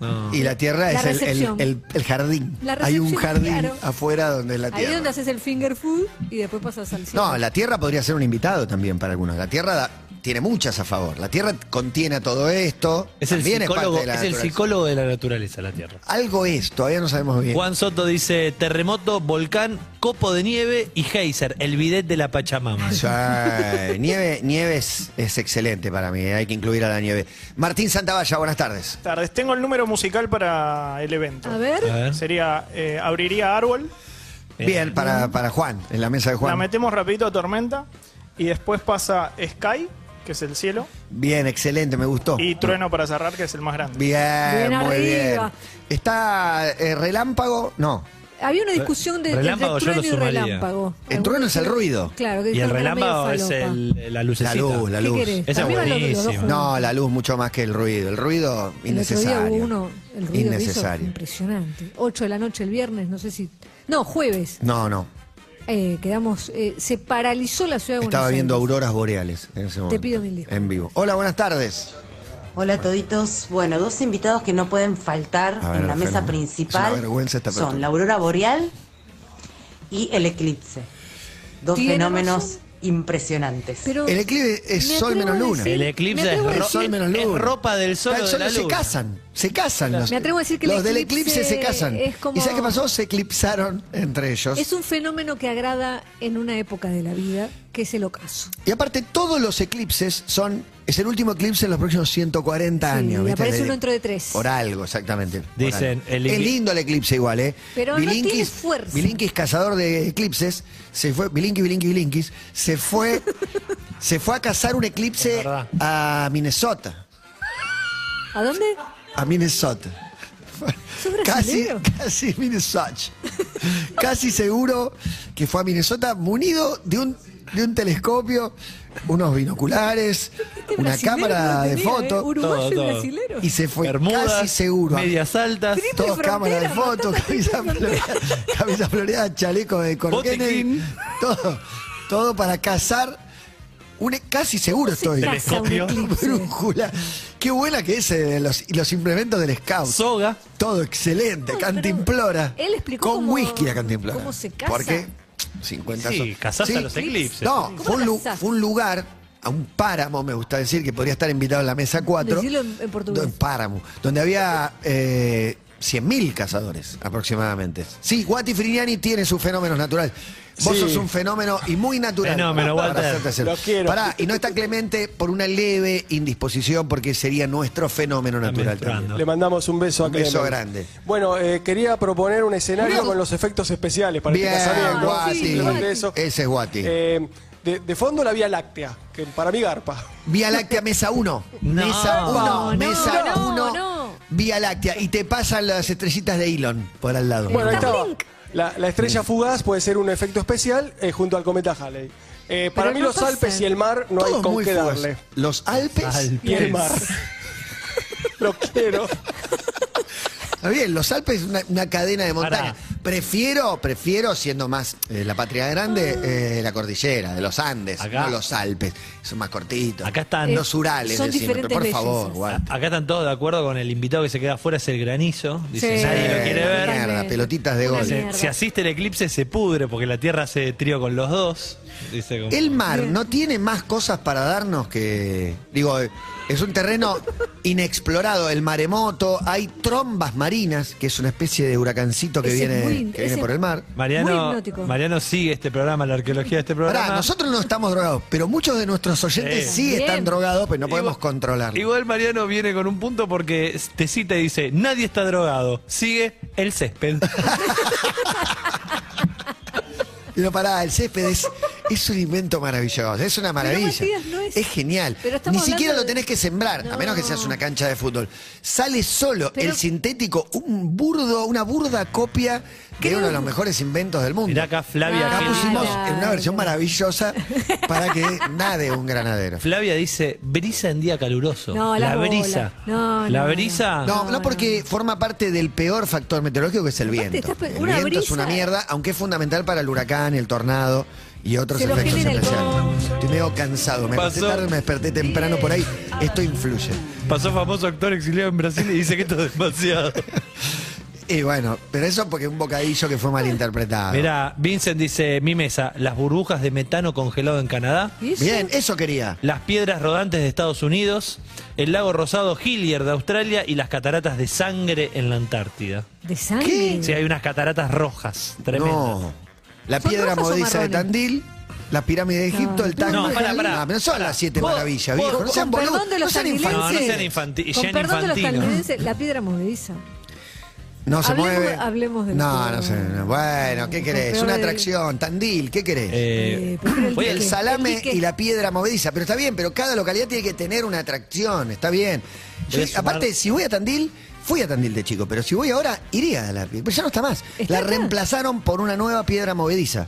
E: No.
D: Y la tierra
F: La
D: es el, el-
F: recepción.
D: el- el jardín.
F: La
D: Hay un
F: recepción,
D: jardín
F: claro.
D: afuera donde es la
F: Ahí
D: tierra.
F: es donde haces el finger food y después pasas al cielo.
D: No, la tierra podría ser un invitado también para algunos. La tierra da- tiene muchas a favor. La tierra contiene a todo esto.
E: Es el,
D: También
E: psicólogo,
D: es parte de la
E: es el
D: naturaleza.
E: psicólogo de la naturaleza, la tierra.
D: Algo es, todavía no sabemos bien.
E: Juan Soto dice terremoto, volcán, copo de nieve y geyser, el bidet de la Pachamama.
D: Sí, eh, nieve nieve es, es excelente para mí, eh, hay que incluir a la nieve. Martín Santavalla, buenas tardes.
I: Tardes. Tengo el número musical para el evento.
F: A ver.
E: A ver.
I: Sería eh, Abriría Árbol,
E: Bien.
D: Bien, para, para Juan, en la mesa de
I: la
D: Juan.
I: metemos rapidito a Tormenta y después pasa Sky, que es el cielo,
D: Bien, excelente, me gustó.
E: Oh.
I: y Trueno para cerrar, que es el más grande.
D: Bien,
F: Bien
D: muy
F: arriba.
D: bien. ¿Está eh, relámpago? No.
F: Había una discusión de,
E: Relámpago,
F: entre trueno
E: yo lo
F: y
E: sumaría.
F: relámpago.
D: El trueno es el ruido.
F: Claro, que
E: Y el
F: dijeron que era medio
E: relámpago es
F: falopa.
E: el- la lucecita.
D: La luz, la
F: ¿Qué
D: luz.
F: querés?
E: Esa es
F: Arriba los- los dos
E: buenísima.
F: juntos.
D: No, la luz mucho más que el ruido. El ruido
F: El otro día
D: innecesario.
F: hubo uno, el ruido Que hizo,
D: innecesario.
F: impresionante. 8 de la noche el viernes, no sé si. No, jueves.
D: No, no.
F: eh, quedamos. eh, se paralizó la ciudad de Buenos
D: Estaba viendo
F: Aires.
D: auroras boreales en ese momento.
F: pido mil disculpas.
D: En vivo. Hola, buenas tardes.
J: Hola toditos. Bueno, dos invitados que no pueden faltar
D: A ver,
J: en la mesa
D: Fernanda.
J: principal
D: Es una vergüenza esta pregunta.
J: son la aurora boreal y el eclipse. Dos
F: Tiene
J: fenómenos
F: razón.
J: impresionantes.
F: Pero
D: El eclipse es
F: me
D: sol
F: atrevo a
D: menos luna.
F: decir-
E: El
F: me
E: eclipse es,
F: atrevo a
E: ro-
D: El sol menos
E: es
D: luna.
E: ropa del sol
D: Tan
E: o de
D: solo
E: la
D: se
E: luna.
D: casan, se casan. Los,
F: Me atrevo a decir que el
D: los del eclipse se
F: eclipse
D: casan.
F: es como-
D: ¿Y sabes qué pasó? Se eclipsaron entre ellos.
F: Es un fenómeno que agrada en una época de la vida, que es el ocaso.
D: Y aparte, todos los eclipses son. Es el último eclipse en los próximos 140
F: Sí,
D: años.
F: y
D: ¿viste?
F: aparece uno dentro de tres.
D: Por algo, exactamente. por
E: Dicen,
D: algo.
E: el
D: es
E: ingre-
D: lindo el eclipse igual, ¿eh?
F: Pero no tiene fuerza.
D: Bilinkis, cazador de eclipses, se fue. Bilinkis, Bilinkis, Bilinkis. Se
F: [LAUGHS]
D: fue. se fue a cazar un eclipse
E: Es verdad.
D: a Minnesota.
F: ¿A dónde?
D: A Minnesota.
F: ¿Sos
D: Casi,
F: brasileño?
D: casi Minnesota. casi seguro que fue a Minnesota munido de un, de un telescopio, unos binoculares,
F: Este
D: una
F: brasilero
D: cámara
F: no
D: de
F: tenía, ¿eh?
D: foto.
F: Uruguayo
E: Todo,
F: y
E: todo.
F: brasilero.
D: Y se fue
E: Bermudas,
D: casi seguro.
E: Medias altas.
F: Triple
D: Todos
F: frontera,
D: cámaras de foto,
F: matata,
D: camisa
F: triple
D: floreada, camisa floreada, chaleco de corquete,
E: Botiquín.
D: todo, todo para cazar un e- casi seguro estoy. [LAUGHS]
F: caza un Telescopio. eclipse?
D: Brújula. Qué buena que es eh, los, los implementos del scout.
E: Soga.
D: Todo excelente,
F: No,
D: cantimplora.
F: pero él explicó
D: Con
F: cómo-
D: whisky la cantimplora.
F: cómo se casa.
D: Porque 50
E: Sí, cazás a los eclipses.
D: No,
F: ¿Cómo
D: fue un,
F: la
D: lu-
F: cazás?
D: fue un lugar, a un páramo, me gusta decir, que podría estar invitado en la mesa 4.
F: Decilo en- en portugués.
D: páramo, donde había eh, 100.000 cazadores aproximadamente. Sí, Guati Frignani tiene sus fenómenos naturales. Vos
I: Sí.
D: sos un fenómeno y muy natural.
E: Fenómeno,
D: para
E: Walter.
D: hacerte hacer.
I: Lo quiero.
D: Pará, y no está Clemente por una leve indisposición, porque sería nuestro fenómeno
E: Está
D: natural.
E: menstruando.
D: también.
K: Le mandamos un beso a
D: Un beso
K: Clemen.
D: grande.
K: Bueno, eh, quería proponer un escenario
D: Bien.
K: con los efectos especiales para
D: Bien,
K: este
F: Ah,
K: casamiento.
D: Guati.
K: Simplemente eso.
D: Ese es Guati.
K: Eh, de, de fondo la Vía Láctea, que para mí garpa.
D: Vía Láctea, mesa 1.
E: No.
D: mesa 1,
F: No, no,
D: mesa
F: no,
D: 1.
F: no.
D: Vía Láctea. Y te pasan las estrellitas de Elon por al lado.
K: Bueno, ahí
F: Está
K: estaba.
F: Blink.
K: La, la estrella fugaz puede ser un efecto especial eh, junto al cometa Halley. Eh, para
F: Pero
K: mí
F: no
K: los
F: pasa.
K: Alpes y el mar no hay
D: Todos
K: con
D: muy
K: qué
D: fugaz.
K: darle.
D: Los Alpes,
K: Y el mar. [LAUGHS] Lo quiero.
D: Está bien, los Alpes es una, una cadena de montañas. Prefiero, prefiero, siendo más eh, la patria grande, eh, la cordillera de los Andes,
E: Acá.
D: no los Alpes. Son más cortitos.
E: Acá están.
D: Los Urales,
F: Son
D: decime,
F: diferentes
D: por favor.
F: bellezas.
D: guau.
E: [LAUGHS] Acá están todos de acuerdo con el invitado que se queda afuera, es el granizo. Dice,
F: Sí.
E: nadie lo quiere
D: Eh,
E: ver.
D: Mierda, pelotitas de
F: Una
D: gol.
E: Dice,
F: mierda.
E: si asiste el eclipse se pudre porque la Tierra hace trío con los dos. Dice como-
D: El mar no tiene más cosas para darnos que. Digo, eh, es un terreno inexplorado. El maremoto, hay trombas marinas, que es una especie de huracancito que
F: Ese
D: viene,
F: muy-
D: que viene
F: ese-
D: por el mar.
F: Muy
E: Mariano,
F: hipnótico.
E: Mariano sigue este programa, la arqueología de este programa.
D: Pará, nosotros no estamos drogados, pero muchos de nuestros oyentes
E: Sí.
D: sí, están
F: Bien.
D: drogados, pero no podemos
E: Igual-
D: controlarlo.
E: Igual Mariano viene con un punto porque te cita y dice, nadie está drogado, sigue el césped.
D: Pero pará, el césped es, es un invento maravilloso, es una maravilla.
F: Matías, no es-
D: genial.
F: Pero estamos
D: Ni siquiera
F: hablando
D: lo
F: de-
D: tenés que sembrar, a
F: No.
D: menos que seas una cancha de fútbol. Sale solo
F: Pero-
D: el sintético, un burdo, una burda copia de
F: Creo-
D: uno de los mejores inventos del mundo.
E: Mirá acá Flavia.
D: Acá
F: Ah,
E: Gil.
D: pusimos
F: claro.
D: en una versión maravillosa para
F: [LAUGHS]
D: que nade un granadero.
E: Flavia dice, brisa en día caluroso.
F: No, la bola.
E: brisa.
F: No,
E: la
F: no,
E: brisa.
D: No, no,
F: no.
D: porque forma parte del peor factor meteorológico que es el
F: Aparte,
D: viento.
F: estás pe-
D: El
F: una
D: viento es una
F: brisa.
D: mierda, aunque es fundamental para el huracán, el tornado y otros
F: Se lo
D: efectos
F: genera el
D: especiales. Estoy medio cansado, me
E: Pasó.
D: desperté tarde, me desperté temprano por ahí. Esto influye.
E: Pasó famoso actor exiliado en Brasil y dice que esto
F: [LAUGHS]
E: es demasiado.
D: Y bueno, pero eso porque un bocadillo que fue malinterpretado.
E: Mirá, Vincent dice, mi mesa, las burbujas de metano congelado en Canadá.
F: ¿Y eso?
D: Bien, eso quería.
E: Las piedras rodantes de Estados Unidos, el lago rosado Hillier de Australia y las cataratas de sangre en la Antártida.
F: De sangre.
E: Sí, hay unas cataratas rojas, tremendas.
D: No. La
F: ¿Son
D: piedra
F: rojas o
D: modiza de
F: marrones?
D: Tandil. La pirámide de Egipto, el Taj
E: No,
D: Mahal.
E: pará, pará.
D: Ah, pero no son las siete
E: Vos-
D: maravillas,
E: vos-
D: viejo. No
E: vos-
D: sean
F: Con
D: boludos.
F: perdón de
D: No
F: los
D: sean
F: tangrilenses.
E: No, no
D: infantiles.
E: sean infantiles.
F: Con perdón de los tangrilenses, la piedra movediza.
D: No se
F: Hablemos-
D: mueve.
F: hablemos del
D: No,
F: fútbol.
D: no sé. no. Bueno, ¿qué querés?
F: Pero
D: Una
F: de-
D: atracción, Tandil, ¿qué querés?
E: Eh,
F: Eh, prefiero
E: voy al
D: el
F: dique.
D: salame
F: dique.
D: y la piedra movediza, pero está bien, pero cada localidad tiene que tener una atracción, está bien. Yo,
E: Voy a sumar-
D: aparte, si voy a Tandil, fui a Tandil de chico, pero si voy ahora, iría a la piedra. Pero ya no está más.
F: ¿Está
D: la
F: acá?
D: reemplazaron por una nueva piedra movediza.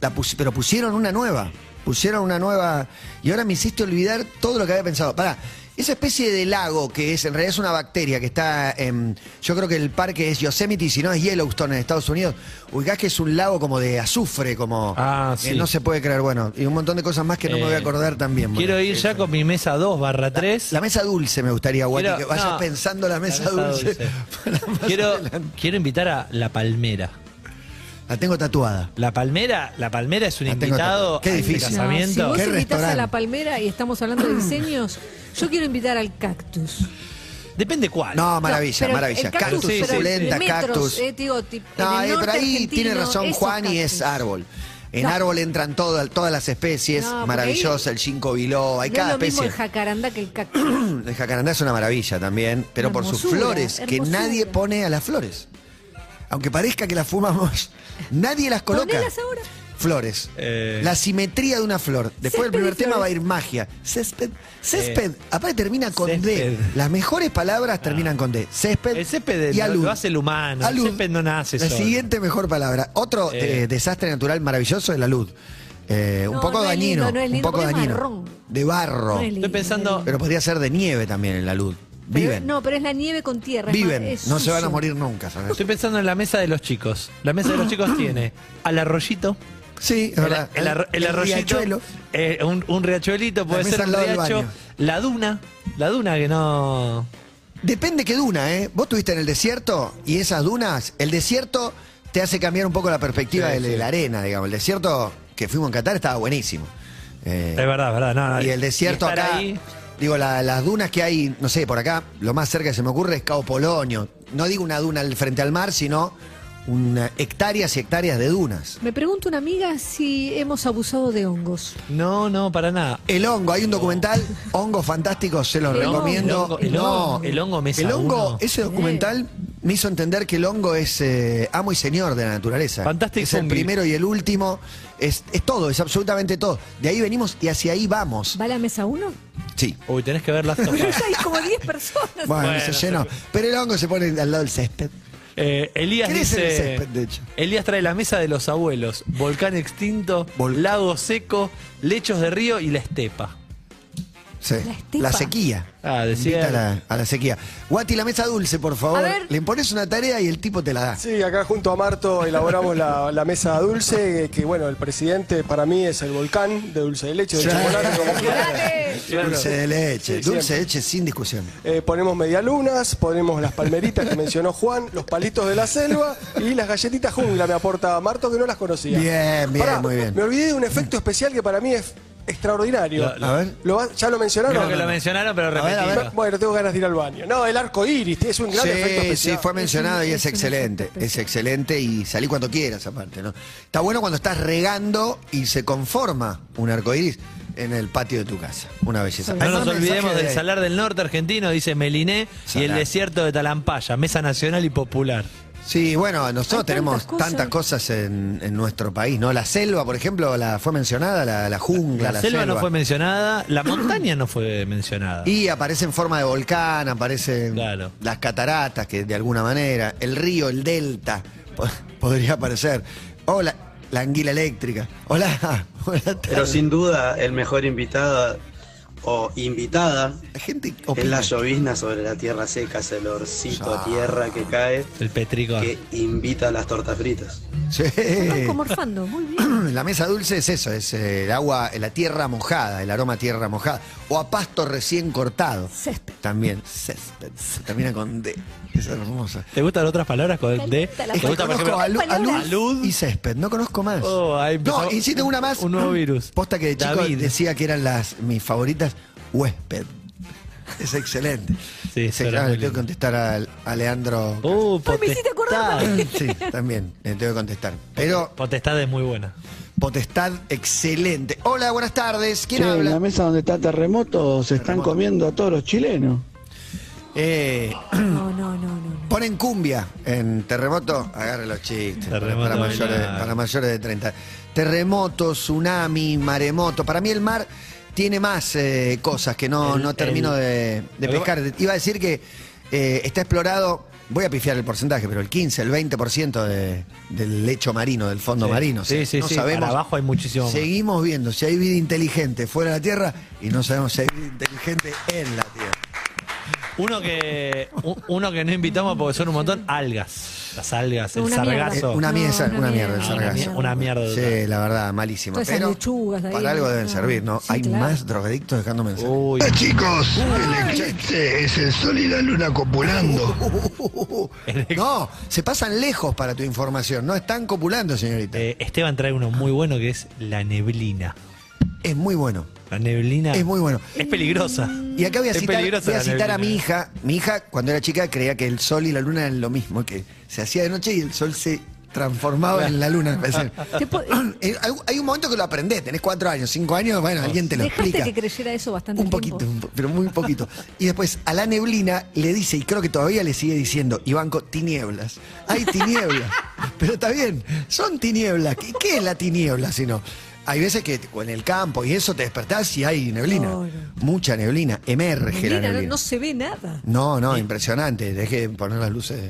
D: La pus- pero pusieron una nueva. Pusieron una nueva. Y ahora me hiciste olvidar todo lo que había pensado. Pará. Esa especie de lago que es, en realidad es una bacteria que está en. Yo creo que el parque es Yosemite, y si no es Yellowstone en Estados Unidos. Ubicás que es un lago como de azufre, como.
E: Ah,
D: eh,
E: sí.
D: no se puede creer, bueno. Y un montón de cosas más que no me voy a
E: Eh,
D: acordar también.
E: Quiero
D: boludo.
E: ir ya con mi mesa 2 barra 3.
D: La mesa dulce me gustaría, Guati,
E: Quiero-
D: que vayas
E: no,
D: pensando la mesa, dulce. [LAUGHS] para más
E: Quiero,
D: adelante.
E: quiero invitar a La Palmera.
D: La tengo tatuada.
E: La Palmera, la Palmera es un
D: La tengo
E: invitado
D: tatuada. Qué
E: al
D: difícil.
F: No, si
E: casamiento.
F: vos
D: ¿Qué
F: invitás
D: restaurante?
F: a la palmera y estamos hablando de diseños, yo quiero invitar al cactus.
E: Depende cuál.
D: No, Ah, maravilla,
F: Pero el-
D: maravilla.
F: el cactus,
D: cactus,
E: sí, sí,
D: suculenta,
F: de metros,
D: cactus.
F: eh, te digo, tip- en
D: No,
F: el
D: eh, pero
F: norte
D: ahí
F: argentino,
D: tiene razón
F: esos
D: Juan y es
F: cactus.
D: árbol. En
F: No.
D: árbol entran todas todas las especies,
F: No, porque
D: maravillosa, el ginkgo biloba, hay
F: no
D: cada
F: es lo mismo
D: especie.
F: el jacaranda que el cactus.
D: [CLEARS THROAT] El jacarandá es una maravilla también, pero por sus
F: Hermosura,
D: flores, que
F: hermosura.
D: nadie pone a las flores. Aunque parezca que las fumamos, [LAUGHS] nadie las [COUGHS] coloca.
F: Ponelas ahora.
D: Flores.
E: Eh.
D: La simetría de una flor. Después del
F: Césped y
D: primer tema
F: flores.
D: va a ir magia. Césped. Césped.
E: Eh.
D: Aparte termina con D.
E: Césped. Ah.
D: Las mejores palabras terminan con D. Césped.
E: El césped
D: y
E: lo-
D: alud.
E: lo hace el humano, el
D: Alud.
E: césped no nace
D: La
E: solo.
D: siguiente mejor palabra. Otro
E: Eh.
D: eh, desastre natural maravilloso es la luz. Eh, un
F: No,
D: poco
F: no es
D: dañino.
F: lindo, no es
D: un
F: lindo,
D: poco
F: porque es
D: dañino.
F: marrón.
D: De barro.
F: No es lindo,
E: Estoy pensando-
F: no es lindo.
D: Pero podría ser de nieve también en la luz.
F: Pero-
D: Viven.
F: No, pero es la nieve con tierra. es
D: viven.
F: más- es
D: no se van a
F: sucio.
D: morir nunca, ¿sabes?
E: Estoy pensando en la mesa de los chicos. La mesa de los
D: [COUGHS]
E: chicos tiene al arroyito.
D: Sí, es
E: El,
D: verdad.
E: el arro- el arroyito,
D: riachuelo.
E: eh, un, un riachuelito, puede
D: mesa
E: ser
D: al
E: un
D: lado del
E: riacho.
D: baño.
E: La duna, la duna que no...
D: Depende qué duna, ¿eh? Vos estuviste en el desierto y esas dunas, el desierto te hace cambiar un poco la perspectiva
E: Sí,
D: de, la-
E: sí.
D: la arena, digamos. El desierto que fuimos en Qatar estaba buenísimo. Eh,
E: Es verdad, es verdad. no, no.
D: y el desierto
E: estar
D: acá,
E: ahí-
D: digo, la- las dunas que hay, no sé, por acá, lo más cerca que se me ocurre es Cabo Polonio. No digo una duna al- frente al mar, sino una- hectáreas y hectáreas de dunas.
F: Me pregunta una amiga si hemos abusado de hongos.
E: No, no, para nada.
D: El hongo, hay un documental, Hongos Fantásticos, se los
F: El
D: recomiendo.
E: hongo, el
D: no,
E: hongo, el hongo mesa
D: El hongo,
E: uno.
D: ese documental me hizo entender que el hongo es eh, amo y señor de la naturaleza.
E: Fantastic
D: Es el
E: Fungi.
D: primero y el último. Es, es todo, es absolutamente todo. De ahí venimos y hacia ahí vamos.
F: ¿Va a la mesa uno?
D: Sí.
E: Uy,
F: [LAUGHS]
E: tenés que ver
D: [LAUGHS]
E: las
F: Hay como 10 personas.
D: Bueno,
E: Bueno,
D: se llenó. Pero el hongo se pone al lado del césped.
E: Eh, Elías
D: Crece en el
E: dice-
D: césped, de hecho.
E: Elías trae la mesa de los abuelos, volcán extinto, lago seco, lechos de río y la estepa.
D: Sí.
F: La estepa.
D: La sequía. Invita a
E: Ah, decía.
D: la, a la sequía. Guati, la mesa dulce, por favor.
F: A ver.
D: Le impones una tarea y el tipo te la da.
K: Sí, acá junto a Marto elaboramos la, la mesa dulce, eh, que bueno, el presidente para mí es el volcán de dulce de leche, de
D: Sí.
K: chocolate, como quiera.
F: Dale.
D: Dulce de leche.
K: Sí,
D: dulce
K: siempre.
D: de leche sin discusión.
K: Eh, ponemos medialunas, ponemos las palmeritas que mencionó Juan, los palitos de la selva y las galletitas jungla, me aporta Marto, que no las conocía.
D: Bien, bien, muy bien.
K: Me olvidé de un efecto especial que para mí es extraordinario.
E: Lo-
D: lo- A ver.
K: ¿Lo va- ¿Ya lo mencionaron?
E: Creo que lo mencionaron, pero
D: ver, a ver.
E: repetilo.
K: Bueno, tengo ganas de ir al baño. No, el arco iris, es un gran efecto
D: Sí,
K: especial.
D: sí, fue mencionado y
F: un-
D: es
F: es un
D: excelente.
F: efecto
D: Es excelente y salí cuando quieras, aparte, ¿no? Está bueno cuando estás regando y se conforma un arco iris en el patio de tu casa. Una belleza.
E: No
D: Hay
E: nos
D: más
E: olvidemos
D: mensajes
E: del
D: de-
E: Salar del Norte argentino, dice Meliné, y el
D: Salar.
E: desierto de Talampaya, mesa nacional y popular.
D: Sí, bueno, nosotros
F: Hay tantas
D: tenemos
F: cosas.
D: tantas cosas en, en nuestro país, ¿no? La selva, por ejemplo, la fue mencionada, la, la jungla,
E: La,
D: la,
E: selva, no fue mencionada, la montaña no fue mencionada.
D: Y aparece en forma de volcán, aparecen
E: Claro.
D: las cataratas, que de alguna manera, el río, el delta, po- podría aparecer. O la, la anguila eléctrica. Hola, [LAUGHS] buenas tardes.
L: Pero sin duda, el mejor invitado o invitada
D: La gente
L: es
D: opina.
L: la llovizna sobre la tierra seca, ese olorcito
D: Ya.
L: a tierra que cae,
E: el petrico.
L: que invita a las tortas fritas.
D: Sí. [LAUGHS]
F: Franco morfando, muy
D: [CLEARS THROAT]
F: bien.
D: La mesa dulce es eso, es eh, el agua, la tierra mojada, el aroma a tierra mojada. O a pasto recién cortado.
F: Césped.
D: También. Césped. Se termina con D. Es hermoso.
E: ¿Te gustan otras palabras con el D?
F: Calita la
E: ¿Te
D: Hoy
E: gusta, por
D: conozco
E: ejemplo,
D: a, Lu- a Luz
F: palabras.
D: y Césped, no conozco más.
E: Oh, ahí empezó
D: no, y sí tengo una más.
E: un nuevo virus.
D: Posta que de chico
E: David.
D: decía que eran las mis favoritas, Huésped. Es excelente.
E: Sí, eso era
D: claro,
E: muy
D: le tengo que
E: lindo.
D: contestar al- a, Leandro.
E: Uh,
F: Ay, me hiciste acordar.
E: potestad.
D: Sí, también, le tengo que contestar. Pero
E: Potestad es muy buena.
D: Potestad, excelente. Hola, buenas tardes. ¿Quién habla?
L: mesa donde está terremoto se
D: están Terremoto. comiendo
L: a todos los chilenos.
D: Eh,
F: No, no, no, no. no.
D: Ponen cumbia en terremoto, agarre los chistes.
E: Terremoto
D: para, mayores,
E: bailar.
D: para mayores de 30. Terremoto, tsunami, maremoto. Para mí el mar tiene más eh, cosas que no,
E: El-
D: no termino
E: el-
D: de, de
E: Lo que
D: pescar. Iba a decir que eh, está explorado, voy a pifiar el porcentaje, pero el 15, el 20% de- del lecho marino, del fondo
E: Sí.
D: marino. O sea,
E: Sí, sí,
D: no
E: sí,
D: sabemos.
E: para abajo hay muchísimo más.
D: Seguimos viendo si hay vida inteligente fuera de la Tierra y no sabemos si hay vida inteligente en la Tierra.
E: Uno que, u- uno que no invitamos porque son un montón, algas. Las algas, el
F: Una
E: sargazo.
F: mierda.
D: Eh, una,
F: No,
D: mierda,
F: una
D: una mierda,
F: mierda,
D: el
F: una
D: sargazo.
F: mierda.
E: Una mierda.
D: Sí, la verdad, malísima.
F: Todas esas
D: Pero
F: lechugas ahí,
D: para algo
F: ¿no?
D: deben servir, ¿no?
F: Sí,
D: Hay
F: claro.
D: más drogadictos dejando mensajes.
E: Uy,
A: Chicos, el eclipse es el sol y la luna copulando.
D: [LAUGHS] No, se pasan lejos para tu información. No están copulando, señorita.
E: eh, Esteban trae uno muy bueno que es la neblina.
D: Es muy bueno.
E: La neblina
D: Es muy bueno.
E: es peligrosa.
D: Y acá voy a
E: Es
D: citar,
E: peligrosa
D: voy a,
E: la
D: citar a mi
E: neblina.
D: hija. Mi hija, cuando era chica, creía que el sol y la luna eran lo mismo, que se hacía de noche y el sol se transformaba en la luna. [LAUGHS]
E: [LAUGHS]
D: Me parece. [CLEARS THROAT]
F: Te po-
D: Eh, hay- Hay un momento que lo aprendés, tenés cuatro años, cinco años, bueno, alguien te lo
F: Dejaste
D: explica.
F: que creyera eso bastante
D: Un
F: tiempo.
D: poquito, un po- pero muy poquito. Y después a la neblina le dice, y creo que todavía le sigue diciendo, y banco, tinieblas. Hay tinieblas.
F: [LAUGHS]
D: pero está bien, son tinieblas. ¿Qué, qué es la tiniebla si no? Hay veces que en el campo y eso te despertás y hay neblina.
F: Claro.
D: Mucha neblina, emerge
F: Mira,
D: la
F: no,
D: neblina.
F: no se ve nada.
D: No, no, impresionante. Dejé de poner las luces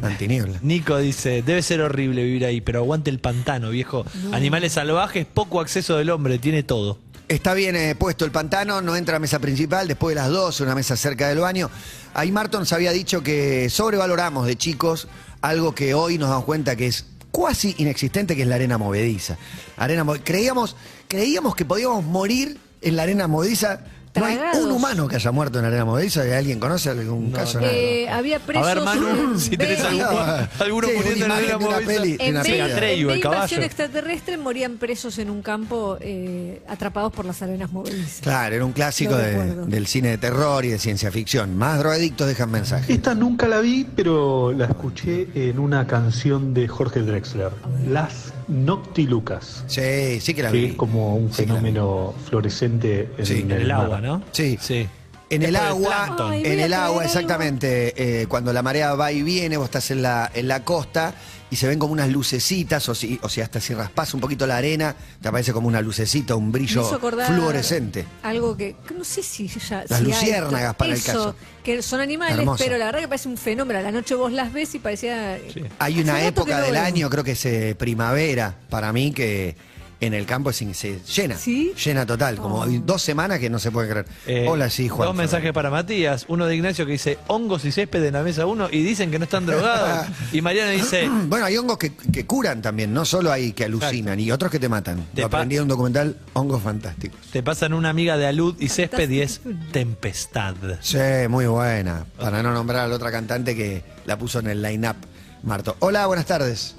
D: antiniebla.
E: Nico dice, debe ser horrible vivir ahí, pero aguante el pantano, viejo. Animales salvajes, poco acceso del hombre, tiene todo.
D: Está bien eh, puesto el pantano, no entra a mesa principal, después de las 12, una mesa cerca del baño. Ahí Marton nos había dicho que sobrevaloramos de chicos algo que hoy nos damos cuenta que es cuasi inexistente, que es la arena movediza. Arena mo- creíamos, creíamos que podíamos morir en la arena movediza. No hay
F: Tragados.
D: un humano que haya muerto en la arena movediza. ¿Alguien conoce algún caso?
F: Eh, había presos.
E: A ver, Manu, si tenés
F: ve-
E: algún- alguno
D: Sí, una
E: muriendo en la
D: imagen
E: arena
D: de una
E: movediza.
D: peli, de
F: En
D: una
F: vez,
D: peli.
E: peli.
F: en
E: Atreyu,
F: vez
E: el
F: de invasión
E: caballo.
F: extraterrestre morían presos en un campo eh, atrapados por las arenas movedizas.
D: Claro, era un clásico
F: Lo
D: de-
F: recuerdo.
D: del cine de terror y de ciencia ficción. Más drogadictos dejan mensajes.
M: Esta nunca la vi, pero la escuché en una canción de Jorge Drexler, Las Noctilucas,
D: Sí, sí que la
M: que
D: vi.
M: es como un
D: Sí, claro.
M: fenómeno fluorescente en,
D: Sí, en
E: En el
M: mar.
E: agua, ¿no?
D: Sí.
E: Sí.
D: En el
E: Después del
D: agua,
E: plancton. Ay,
D: en
E: voy a
D: el
E: traer
D: agua,
E: algo.
D: exactamente. eh, cuando la marea va y viene, vos estás en la, en la costa y se ven como unas lucecitas, o si, o si hasta si raspas un poquito la arena, te aparece como una lucecita, un brillo
F: Me hizo acordar-
D: fluorescente.
F: Algo que, que no sé si ya.
D: Las
F: si hay
D: luciérnagas,
F: to-
D: para el
F: eso,
D: caso.
F: Que son animales,
D: Hermoso.
F: pero la verdad que parece un fenómeno. A la noche vos las ves y parecía.
D: Hay una
F: Hace rato que
D: época
F: no
D: del
F: veo.
D: año, creo que es eh, primavera, para mí, que en el campo es in- se llena. Llena total,
F: Oh.
D: como dos semanas que no se puede creer.
E: Eh,
D: Hola, sí, Juan.
E: Dos mensajes para Matías. Uno de Ignacio que dice hongos y césped en la mesa 1 y dicen que no están drogados.
D: [LAUGHS]
E: y Mariana dice,
D: [CLEARS THROAT] Bueno, hay hongos que, que curan también, no solo hay que alucinan y otros que te matan.
E: Te
D: Lo
E: pa-
D: aprendí en un documental, Hongos Fantásticos.
E: te pasan una amiga de alud y césped y es tempestad.
D: Sí, muy buena. Para no nombrar a la otra cantante que la puso en el line-up, Marto. Hola, buenas tardes.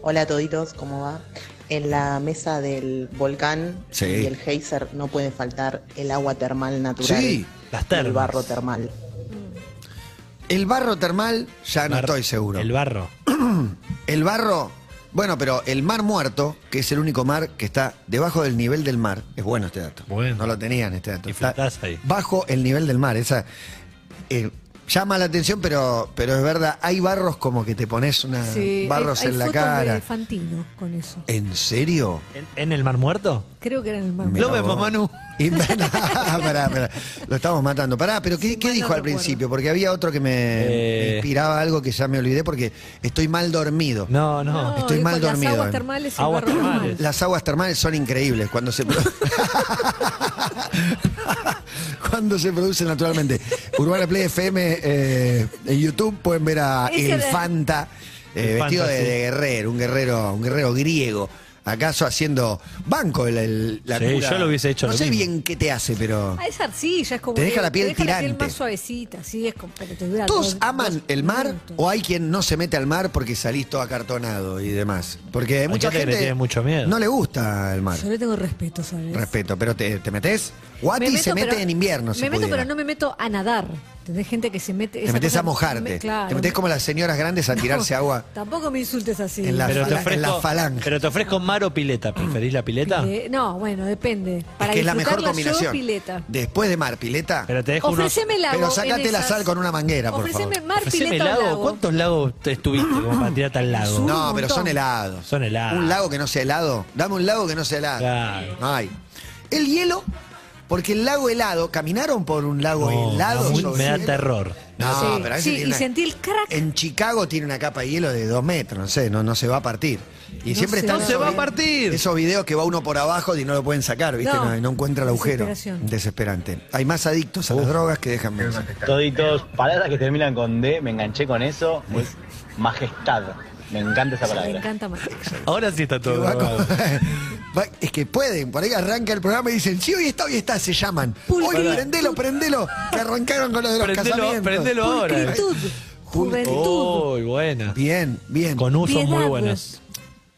N: Hola a toditos, ¿cómo va? En la mesa del volcán
D: Sí.
N: y el geyser no puede faltar el agua termal natural.
D: Sí, las
N: y El
D: termas.
N: barro termal.
D: El barro termal, ya no estoy seguro. El
E: barro.
D: el barro, bueno, pero el mar muerto, que es el único mar que está debajo del nivel del mar, es bueno este dato. Bueno. No lo tenían este dato. Está Bajo el nivel del mar, esa. eh, llama la atención, pero, pero es verdad, hay barros como que te pones una,
F: Sí, hay-
D: barros
F: hay
D: en la
F: fotos
D: cara.
F: de Fantino con eso.
D: ¿En serio?
E: ¿En, el Mar Muerto?
F: Creo que era en el mar.
D: Mirá vos. [LAUGHS] Inventa- Pará, pará. Lo estamos matando. Pará, pero ¿qué, qué dijo al principio? Porque había otro que me, me
E: Eh.
D: inspiraba algo que ya me olvidé porque estoy mal dormido.
E: No, no.
F: No,
D: Estoy
F: dijo,
D: mal
F: las
D: dormido. eh.
F: aguas termales y el
D: Aguas
F: barro termal.
D: termales. Las aguas termales son increíbles cuando se [LAUGHS] cuando se producen naturalmente. Urbana Play FM eh, en YouTube pueden ver a
F: Ese
D: El
F: de-
D: Fanta eh,
E: El
D: vestido
E: Fanta,
D: de,
E: sí.
D: de guerrero, un guerrero, un guerrero griego. ¿Acaso haciendo banco el- el- la
E: Sí,
D: cura?
E: yo lo hubiese hecho
D: No
E: lo
D: sé
E: mismo.
D: bien qué te hace, pero.
F: Ah, es arcilla, es como.
D: Te
F: que-
D: deja la piel tirante.
F: más suavecita, sí, es como. pero te dura
D: ¿Todos
F: dos-
D: aman el mar o hay quien no se mete al mar porque salís todo acartonado y demás? Porque mucha
E: gente que
D: gente
E: le tiene mucho miedo.
D: no le gusta el mar.
F: Yo le tengo respeto, ¿sabes?
D: Respeto, pero ¿te, te metes? Guati
F: Me
D: se
F: meto,
D: mete
F: pero-
D: en invierno,
F: Me
D: si
F: meto,
D: pudiera.
F: pero no me meto a nadar. Tenés gente que se mete.
D: Te
F: esa
D: metes
F: cosa-
D: a mojarte.
F: me- claro.
D: Te metes como las señoras grandes a tirarse agua.
F: Tampoco me insultes así.
D: En la
E: pero, te
D: fala- en
E: ofrezco,
D: la falange.
E: pero te ofrezco mar o pileta. ¿Preferís la pileta?
F: Eh, no, bueno, depende. Para
D: que es la mejor
F: disfrutarla yo,
D: combinación.
F: pileta.
D: Después de mar, pileta.
E: Pero te dejo unos...
F: Ofreceme lago.
D: Pero sacate
F: en
D: la
F: esas.
D: sal con una manguera, por
F: Ofreceme
D: favor.
F: mar,
E: Ofreceme
F: pileta o
E: lago.
F: lago.
E: ¿Cuántos lagos te estuviste como para tirarte al lago?
D: No, pero son helados.
E: Son helados.
D: Un lago que no sea helado. Dame un lago que no sea helado.
E: Claro.
D: No hay. El hielo, porque el lago helado, caminaron por un lago
E: No,
D: helado.
E: da muy-
D: sobre
E: me da
D: hielo?
E: terror.
D: No,
F: Sí,
D: pero a veces
F: sí,
D: tiene
F: y
D: una-
F: sentí el crack.
D: En Chicago tiene una capa de hielo de dos metros, no sé, no, no se va a partir. Y
F: No
D: siempre
F: se
D: están
F: va. No
D: esos
F: se va a
D: vi-
E: partir.
D: Esos videos que va uno por abajo y no lo pueden sacar, ¿viste? No,
F: No.
D: no encuentra el agujero.
F: Desesperación.
D: Desesperante. Hay más adictos a las drogas que dejan mensajes.
O: Toditos, palabras que terminan con D, me enganché con eso, es majestad. Me encanta esa
F: Me
O: palabra.
F: encanta más.
E: Ahora sí está todo.
D: va
E: drogado.
D: [LAUGHS] Va- Es que pueden, por ahí arranca el programa y dicen, sí, hoy está, hoy está, se llaman. Hoy
E: Pará.
D: prendelo, prendelo, que arrancaron con lo de los
E: Prendelo-
D: casamientos.
E: prendelo ahora. Pulcritud,
D: Juventud.
E: Uy, buena.
D: Bien, bien.
E: Con usos Oh, muy
D: Piedad.
E: buenos.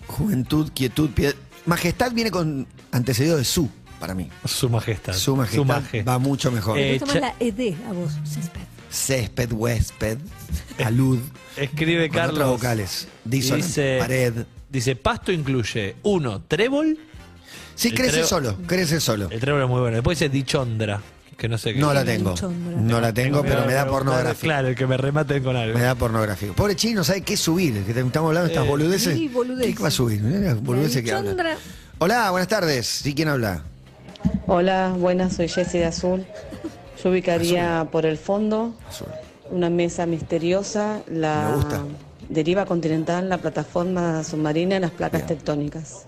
D: Juventud, quietud, piedad. Majestad viene con antecedido de su, para mí.
E: Su majestad.
D: Su majestad
E: Su maje.
D: va mucho mejor.
E: Eh.
F: Me gusta más la ED a vos, césped.
D: Césped, huésped, alud.
E: Escribe
D: Con otras
E: Carlos.
D: vocales. Dissonante, pared.
E: Dice, pasto incluye uno, trébol.
D: Sí,
E: El
D: crece
E: trébol-
D: solo, crece solo.
E: El trébol es muy bueno. Después dice dichondra, que no sé qué.
D: No la tengo. No la tengo, pero me da pornografía.
E: Claro, el que me rematen con algo.
D: Me da pornográfico. Pobre chino no sabe qué subir. Que te- estamos hablando de estas
E: Eh,
D: boludeces.
F: sí, boludeces.
D: ¿Qué va a subir? Mira, Boludeces que habla.
F: Chondra,
D: Hola, buenas tardes. ¿Sí quién habla?
P: Hola, buenas, soy Jessie de Azul. Yo ubicaría por el fondo
D: Azul.
P: una mesa misteriosa, la
D: Me gusta.
P: deriva continental, la plataforma submarina y las placas tectónicas.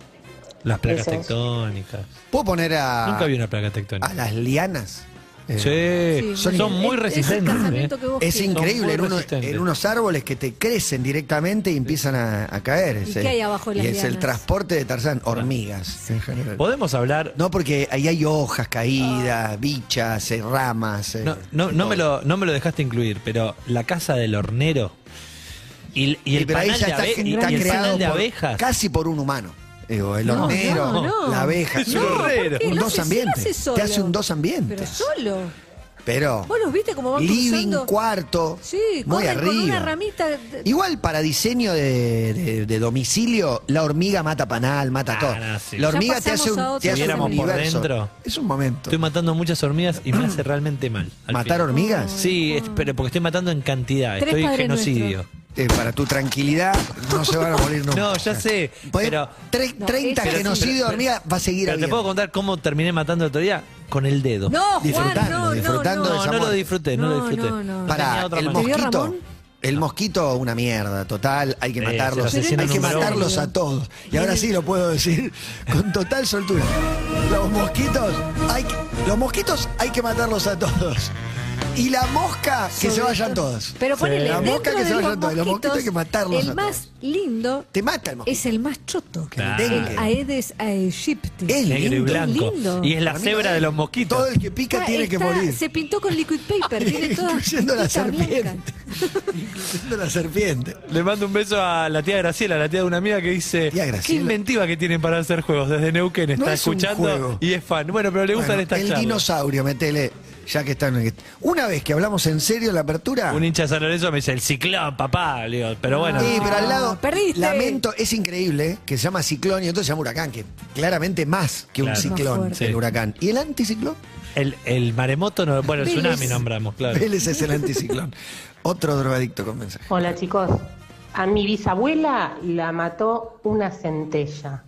E: Las placas
P: Besos.
E: tectónicas.
D: ¿Puedo poner a,
E: Nunca vi una placa tectónica.
D: a las lianas?
E: Sí,
D: son-
E: son,
D: es- es
E: muy
D: el
E: resistentes.
F: casamiento
E: eh.
F: que vos
D: Es
F: Son
D: increíble,
E: muy
D: en, uno-
E: resistentes.
D: en unos árboles que te crecen directamente y empiezan a, a caer.
F: ¿Y
D: Es
F: qué
D: el-
F: hay abajo de
D: y
F: las
D: es el
F: lianas?
D: transporte de Tarzán, hormigas en general.
E: Podemos hablar.
D: No, porque ahí hay hojas caídas, bichas, eh, ramas. eh.
E: No, no, no me lo, no me lo dejaste incluir, pero la casa del hornero y, y el
D: pero ahí
E: panal
D: ya
E: de,
D: está,
E: abe- y-
D: está
E: y el
D: creado
E: panal de
D: por-
E: abejas.
D: casi por un humano. Digo, el
E: No,
D: hornero,
E: no,
F: no.
D: la abeja.
E: Es un No, hornero. ¿por qué?
D: Un
F: Lo
D: dos
F: hace- sí lo
D: ambiente.
F: hace
D: Te hace un
F: solo.
D: dos ambiente.
F: pero solo.
D: Pero.
F: Vos los viste como van
D: Living
F: cruzando.
D: cuarto.
F: Sí,
D: muy
F: corren con
D: arriba.
F: una ramita. de-
D: Igual para diseño de, de- de domicilio, la hormiga mata panal, mata todo.
E: Ah, no, sí.
D: La
E: Ya
D: hormiga te hace
F: pasamos a
D: un,
F: otro
D: te hace un
E: Estuviéramos por
D: universo.
E: dentro.
D: Es un momento.
E: Estoy matando muchas hormigas y me hace realmente mal. al
D: ¿Matar
E: fin.
D: hormigas?
E: Sí, es- pero porque estoy matando en cantidad.
F: Tres
E: estoy en
F: Padre
E: genocidio.
D: Eh, para tu tranquilidad, no se van a morir nunca.
E: [LAUGHS] No, ya sé.
D: Podés-
E: Pero,
D: tre-
F: No,
D: 30
F: esa-
D: genocidios de hormiga va a seguir
E: pero te
D: habiendo.
E: puedo contar cómo terminé matando el otro día con el dedo.
F: No, Juan,
D: Disfrutando,
F: no, no,
D: disfrutando de
E: No,
D: esa
E: no lo
D: muerte.
E: disfruté, no, lo
F: No,
E: disfruté.
F: no, no.
D: Para
E: Tenía otra
D: el
E: manera.
F: ¿Te vio
D: mosquito.
F: Ramón?
D: El mosquito, una mierda, total, hay que
E: Eh,
D: matarlos,
E: es el asesino
D: hay que
E: número uno.
D: matarlos a todos. Y ahora sí lo puedo decir con total soltura. Los mosquitos, hay que- los mosquitos hay que matarlos a todos. Y la mosca, que se
F: Sobre
D: vayan
F: todo.
D: todos.
F: Pero ponele,
D: La
F: dentro
D: mosca que
F: de
D: se
F: los
D: vayan todos, los mosquitos hay que matarlos
F: El
D: a
F: más lindo
D: Te mata el mosquito.
F: es el más choto.
D: Que el
F: El
D: dengue.
F: Aedes aegypti.
D: Es
E: Negro y
D: lindo.
E: blanco.
F: lindo.
E: Y es la
D: Para mí no
E: cebra
D: es.
E: de los mosquitos.
D: Todo el que pica
F: Está-
D: tiene que
F: está-
D: morir.
F: Se pintó con liquid
D: [LAUGHS]
F: paper, tiene todas
D: Incluyendo la
F: pintas blancas.
D: serpiente. Incluyendo la serpiente.
E: Le mando un beso a la tía Graciela, la tía de una amiga que dice,
D: Tía
E: qué
D: Graciela.
E: inventiva que tienen para hacer juegos. Desde Neuquén está
D: es un
E: escuchando
D: juego.
E: y es fan. Bueno, pero le gustan
D: Bueno,
E: estas
D: el
E: charlas.
D: dinosaurio, metele, ya que están. Una vez que hablamos en serio en la apertura.
E: Un hincha de San Lorenzo me dice, el ciclón, papá. Le digo, pero bueno.
D: Sí, pero al lado,
F: Ah, perdiste.
D: lamento, es increíble ¿eh? que se llama ciclón y entonces se llama huracán, que claramente más que un
E: Claro.
F: Más
D: ciclón,
F: fuerte.
D: el huracán. ¿Y el anticiclón?
E: El, el maremoto, no, bueno, el
F: Vélez.
E: tsunami nombramos, claro.
D: Vélez es el
E: [LAUGHS]
D: anticiclón. Otro drogadicto con mensaje.
N: Hola chicos, a mi bisabuela la mató una centella.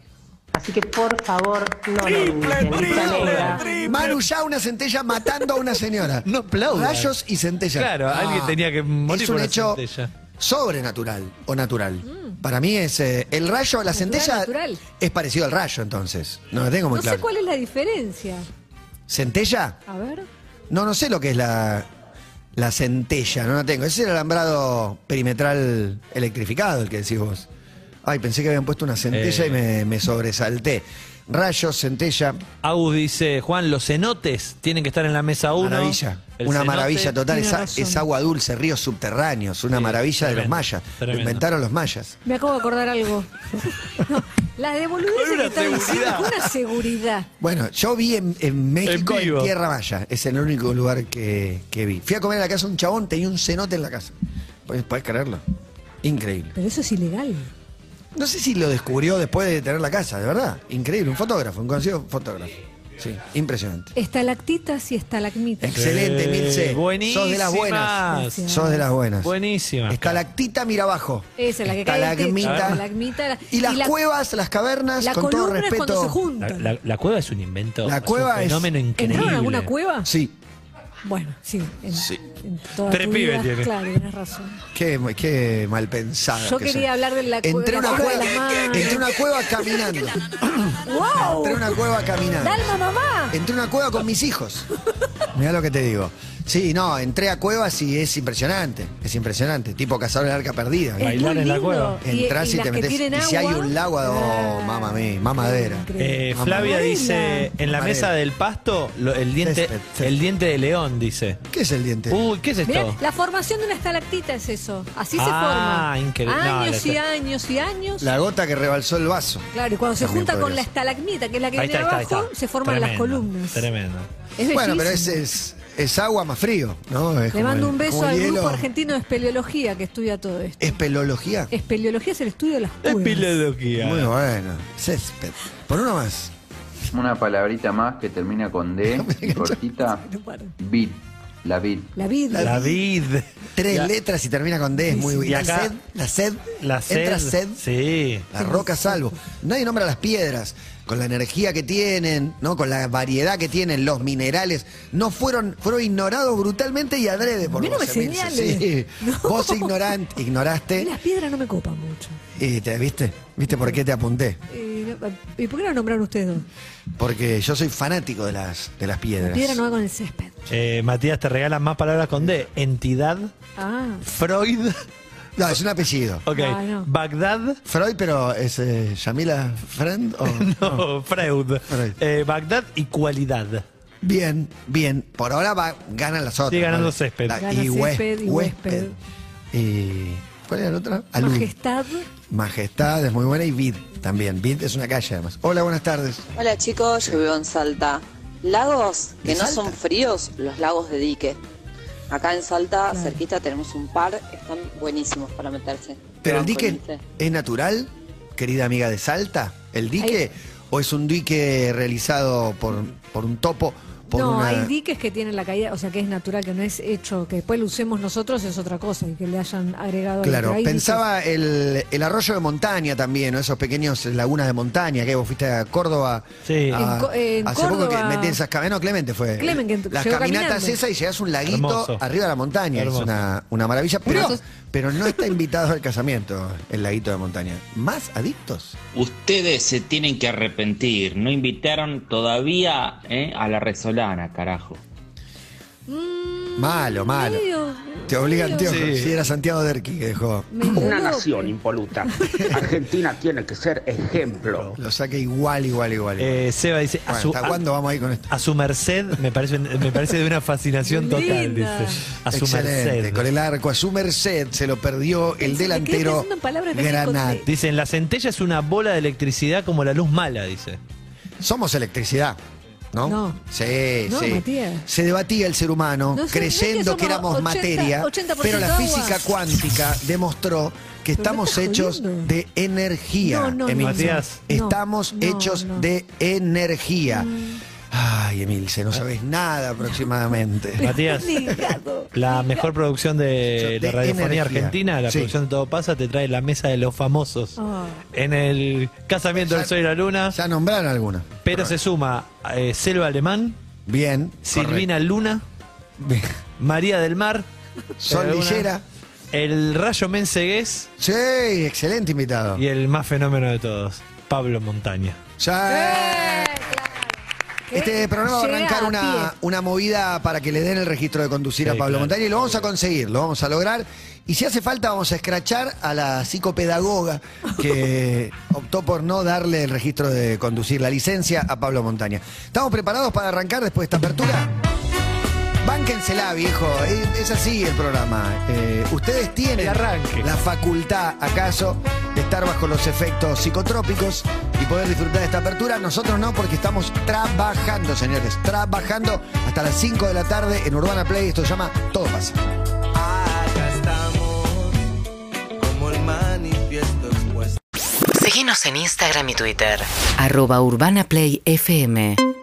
N: Así que por favor no la imiten, está negra.
D: Manu ya una centella matando a una señora.
E: No aplaudan.
D: Rayos y centella. Ah,
E: Claro, alguien tenía que morir
D: Es
E: por
D: un
E: una
D: hecho
E: centella.
D: sobrenatural o natural. Para mí es eh, el rayo, la centella
F: Mm. natural.
D: es parecido al rayo entonces. No lo tengo muy
F: No
D: claro.
F: sé cuál es la diferencia.
D: ¿Centella?
F: A ver.
D: No, no sé lo que es la, la centella, no la tengo. Ese es el alambrado perimetral electrificado, el que decís vos. Ay, pensé que habían puesto una centella
E: Eh.
D: y me, me sobresalté. Rayos, centella,
E: Agus dice, Juan, los cenotes tienen que estar en la mesa uno.
D: maravilla.
E: El
D: una
E: cenote-
D: maravilla total.
F: Tiene
D: Es, a-
F: razón.
D: es agua dulce, ríos subterráneos, una
E: Sí,
D: maravilla de los
E: tremendo,
D: mayas. Lo
E: tremendo.
D: inventaron los mayas.
F: Me acabo de acordar algo. No, la de boludeces
E: Con una
F: que está diciendo,
E: seguridad.
F: con una seguridad.
D: Bueno, yo vi en, en México, en,
E: vivo.
D: Tierra Maya. Es el único lugar que, que vi. Fui a comer a la casa de un chabón, tenía un cenote en la casa. ¿Puedes creerlo? Increíble.
F: Pero eso es ilegal.
D: No sé si lo descubrió después de tener la casa, de verdad. Increíble, un fotógrafo, un conocido fotógrafo. Sí, impresionante.
F: Estalactitas y estalagmitas.
D: Excelente,
E: Eh,
D: Milce. Sos de las buenas.
E: buenísimas.
D: Sos de las buenas.
E: Buenísima.
D: Estalactita, mira abajo.
F: Esa es la que cae.
D: Estalagmita.
F: Estalagmita. la-
D: Y las
F: Eh, la-
D: cuevas, las cavernas,
F: La
D: con todo
F: columna es cuando
D: respeto.
F: se
E: La,
F: juntan.
E: la- la cueva es un invento.
D: La
E: es
D: cueva
E: un
D: es-
E: fenómeno increíble.
F: ¿Entraron en alguna cueva?
D: Sí,
F: Bueno, sí. En, en toda
E: Tres
F: tu
E: pibes
F: vida,
E: tiene.
F: Claro, tenés razón.
D: qué, qué mal pensada.
F: Yo
D: que
F: quería
D: soy.
F: hablar de la cueva-
D: Entré a
F: la
D: una
F: cueva
D: cueva,
F: de la madre.
D: entré a una cueva caminando.
F: ¡Wow!
D: Entré a una cueva caminando.
F: ¡Dalma, mamá!
D: Entré a una cueva con mis hijos. Mirá lo que te digo. Sí, no, entré a cuevas y es impresionante. Es impresionante. Tipo cazador de arca perdida.
F: Es
E: Bailar
F: muy
E: en la
F: lindo.
E: cueva.
D: Entrás y,
F: las
D: te
F: que
D: metes. Y
F: tienen
D: si hay
F: agua,
D: un lago, oh,
F: ah,
D: mamá mía, mamadera.
F: increíble.
E: Eh,
D: Mamá.
E: Flavia
F: Amarela.
E: dice, en la
D: Amarela.
E: mesa del pasto, lo- el, diente,
D: Césped, césped.
E: el diente de león, dice.
D: ¿Qué es el diente?
E: Uy, ¿qué es esto?
F: Mirá, la formación de una estalactita es eso. Así se forma.
E: Ah, increíble. No,
F: Años
E: la-
F: y años y años.
D: La gota que rebalsó el vaso.
F: Claro, y cuando se
D: También
F: junta con
D: podría
F: la
D: ser.
F: estalagmita, que es la que
E: Ahí
F: viene
E: está, ahí está, ahí
F: abajo,
E: está.
F: se forman las
E: Tremendo,
F: columnas.
E: Tremendo.
F: Es
D: Bueno, pero
F: bellísimo.
D: ese es, es agua más frío, ¿no? Es
F: Le
D: como
F: mando
D: el-
F: un beso
D: como el
F: al
D: hielo.
F: grupo argentino de espeleología que estudia todo esto.
D: ¿Es pelología?
F: Espeleología es el estudio de las
E: Es
F: cuevas.
D: Muy bueno. Césped. Por uno más.
Q: Una palabrita más que termina con D, cortita.
F: No paro.
Q: Vid. La vid.
F: La vida.
E: La vid.
D: Tres
E: La-
D: letras y termina con D, es muy
E: Y
D: bueno. La
E: acá-
D: sed, la sed,
E: La sed.
D: entra sed,
E: Sí.
D: la roca salvo. Nadie nombra las piedras, con la energía que tienen, ¿no? con la variedad que tienen, los minerales. No fueron, fueron ignorados brutalmente y adrede por
F: A mí no
D: vos,
F: me
D: Emilce.
F: señales.
D: Sí.
F: No.
D: Vos ignorante,
F: Y
D: ignoraste
F: las piedras no me copan mucho.
D: y te viste, viste por qué te apunté.
F: Eh, ¿Y por qué no nombraron ustedes dos?
D: Porque yo soy fanático de las, de las
F: La
D: piedras.
F: piedra no va con el césped.
E: Eh, Matías, te regalan más palabras con D. Entidad.
F: Ah,
E: Freud.
D: No, es un apellido.
E: Ok.
F: Ah, no.
E: Bagdad.
D: Freud, pero es eh, Yamila Friend o.
E: No, Freud.
D: Freud.
E: Eh, Bagdad y cualidad.
D: Bien, bien. Por ahora va, ganan las otras.
E: Sigue ganando
D: ¿no?
E: césped.
D: La-
F: Gana
D: y
F: césped
D: hues-
F: y huésped.
D: Y- ¿Cuál era la otra? Alud.
F: majestad.
D: Majestad es muy buena y Vid también. Vid es una calle además. Hola, buenas tardes.
R: Hola chicos, yo vivo en Salta. Lagos que
D: ¿De
R: no
D: Salta?
R: son fríos, los lagos de dique. Acá en Salta, cerquita, tenemos un par, están buenísimos para meterse.
D: Pero
R: Van
D: el
R: con
D: dique
R: este.
D: es natural, querida amiga de Salta, el dique o es un dique realizado por, por un topo, por
F: no,
D: una-
F: hay diques que tienen la caída, o sea que es natural, que no es hecho, que después lo usemos nosotros es otra cosa y que le hayan agregado. algo,
D: Claro,
F: pero hay
D: pensaba el, el arroyo de montaña también, ¿no? esos pequeños lagunas de montaña, que vos fuiste a Córdoba
E: Sí.
D: a-
F: En Co- eh, en
D: Ah, hace poco que
F: Córdoba-
D: metí esas caminatas, no, Clemente fue.
F: Clemen, que
D: Las
F: llegó
D: caminatas
F: caminando.
D: esas y llegás a un laguito
E: Hermoso.
D: arriba de la montaña,
E: Hermoso.
D: es una, una maravilla, pero,
E: Pero-
D: pero no está invitado al casamiento el laguito de montaña. ¿Más adictos?
S: Ustedes se tienen que arrepentir. No invitaron todavía eh, a la Resolana, carajo.
D: Malo, malo.
F: medio-
D: Te obliga
F: medio-
D: Anteojo. Sí. era Santiago Derqui que dejó.
F: Medio loco.
T: impoluta. Argentina tiene que ser ejemplo.
D: Lo saca igual, igual, igual.
E: Eh, Seba dice,
D: Bueno, ¿hasta cuándo vamos a ir con esto?
E: A su merced, me parece, me parece de una fascinación total,
F: Linda.
E: dice. A su
D: Excelente,
E: merced.
D: Con el arco, a su merced se lo perdió el
F: Me quedé
D: delantero
F: pensando en palabras que no
D: Granat.
F: encontré.
E: Dicen, la centella es una bola de electricidad como la luz mala, dice.
D: Somos electricidad, ¿no?
F: No.
D: Sí,
F: No,
D: sí.
F: Matías.
D: Se debatía el ser humano
F: No sé,
D: creyendo
F: ¿no es
D: que
F: que
D: éramos
F: somos 80,
D: materia,
F: 80%
D: pero la
F: agua?
D: física cuántica demostró que
F: Pero me
D: estamos
F: estás
D: hechos
F: jodiendo.
D: de energía.
F: No, no, no,
D: Emilce.
E: Matías.
F: no,
D: Estamos
F: no,
D: hechos
F: no. Mm.
D: de energía. Ay, Emilce, no sabes nada aproximadamente.
F: [LAUGHS]
D: [LAUGHS]
E: Matías, la mejor producción de la
D: de energía.
E: radiofonía argentina, la
D: Sí.
E: producción de Todo Pasa, te trae la mesa de los famosos.
F: Ah.
E: En el casamiento del Sol y la Luna,
D: Ya nombraron alguna.
E: pero se suma eh, Selva Alemán,
D: Bien.
E: Silvina Luna, María del Mar,
D: Sol
E: Luna,
D: Lillera.
E: el Rayo Mensegués
D: Sí, excelente invitado.
E: y el más fenómeno de todos, Pablo Montaña.
F: ¡Eh!
D: Ya. Este programa va a
F: Llega
D: arrancar
F: a
D: una,
F: pie.
D: una movida para que le den el registro de conducir a
E: Sí,
D: Pablo
E: claro.
D: Montaña y lo vamos a conseguir, lo vamos a lograr. Y si hace falta, vamos a escrachar a la psicopedagoga
F: [LAUGHS]
D: que optó por no darle el registro de conducir, la licencia a Pablo Montaña. ¿Estamos preparados para arrancar después de esta apertura? Bánquensela, viejo. Es, es así el programa. Eh, ustedes tienen
E: El arranque.
D: la facultad, acaso, de estar bajo los efectos psicotrópicos y poder disfrutar de esta apertura. Nosotros no, porque estamos trabajando, señores. Trabajando hasta las 5 de la tarde en Urbana Play. Esto se llama Todo pasa.
U: Acá estamos, como el manifiesto expuesto.
B: Seguinos en Instagram y Twitter.
V: Arroba Urbana Play FM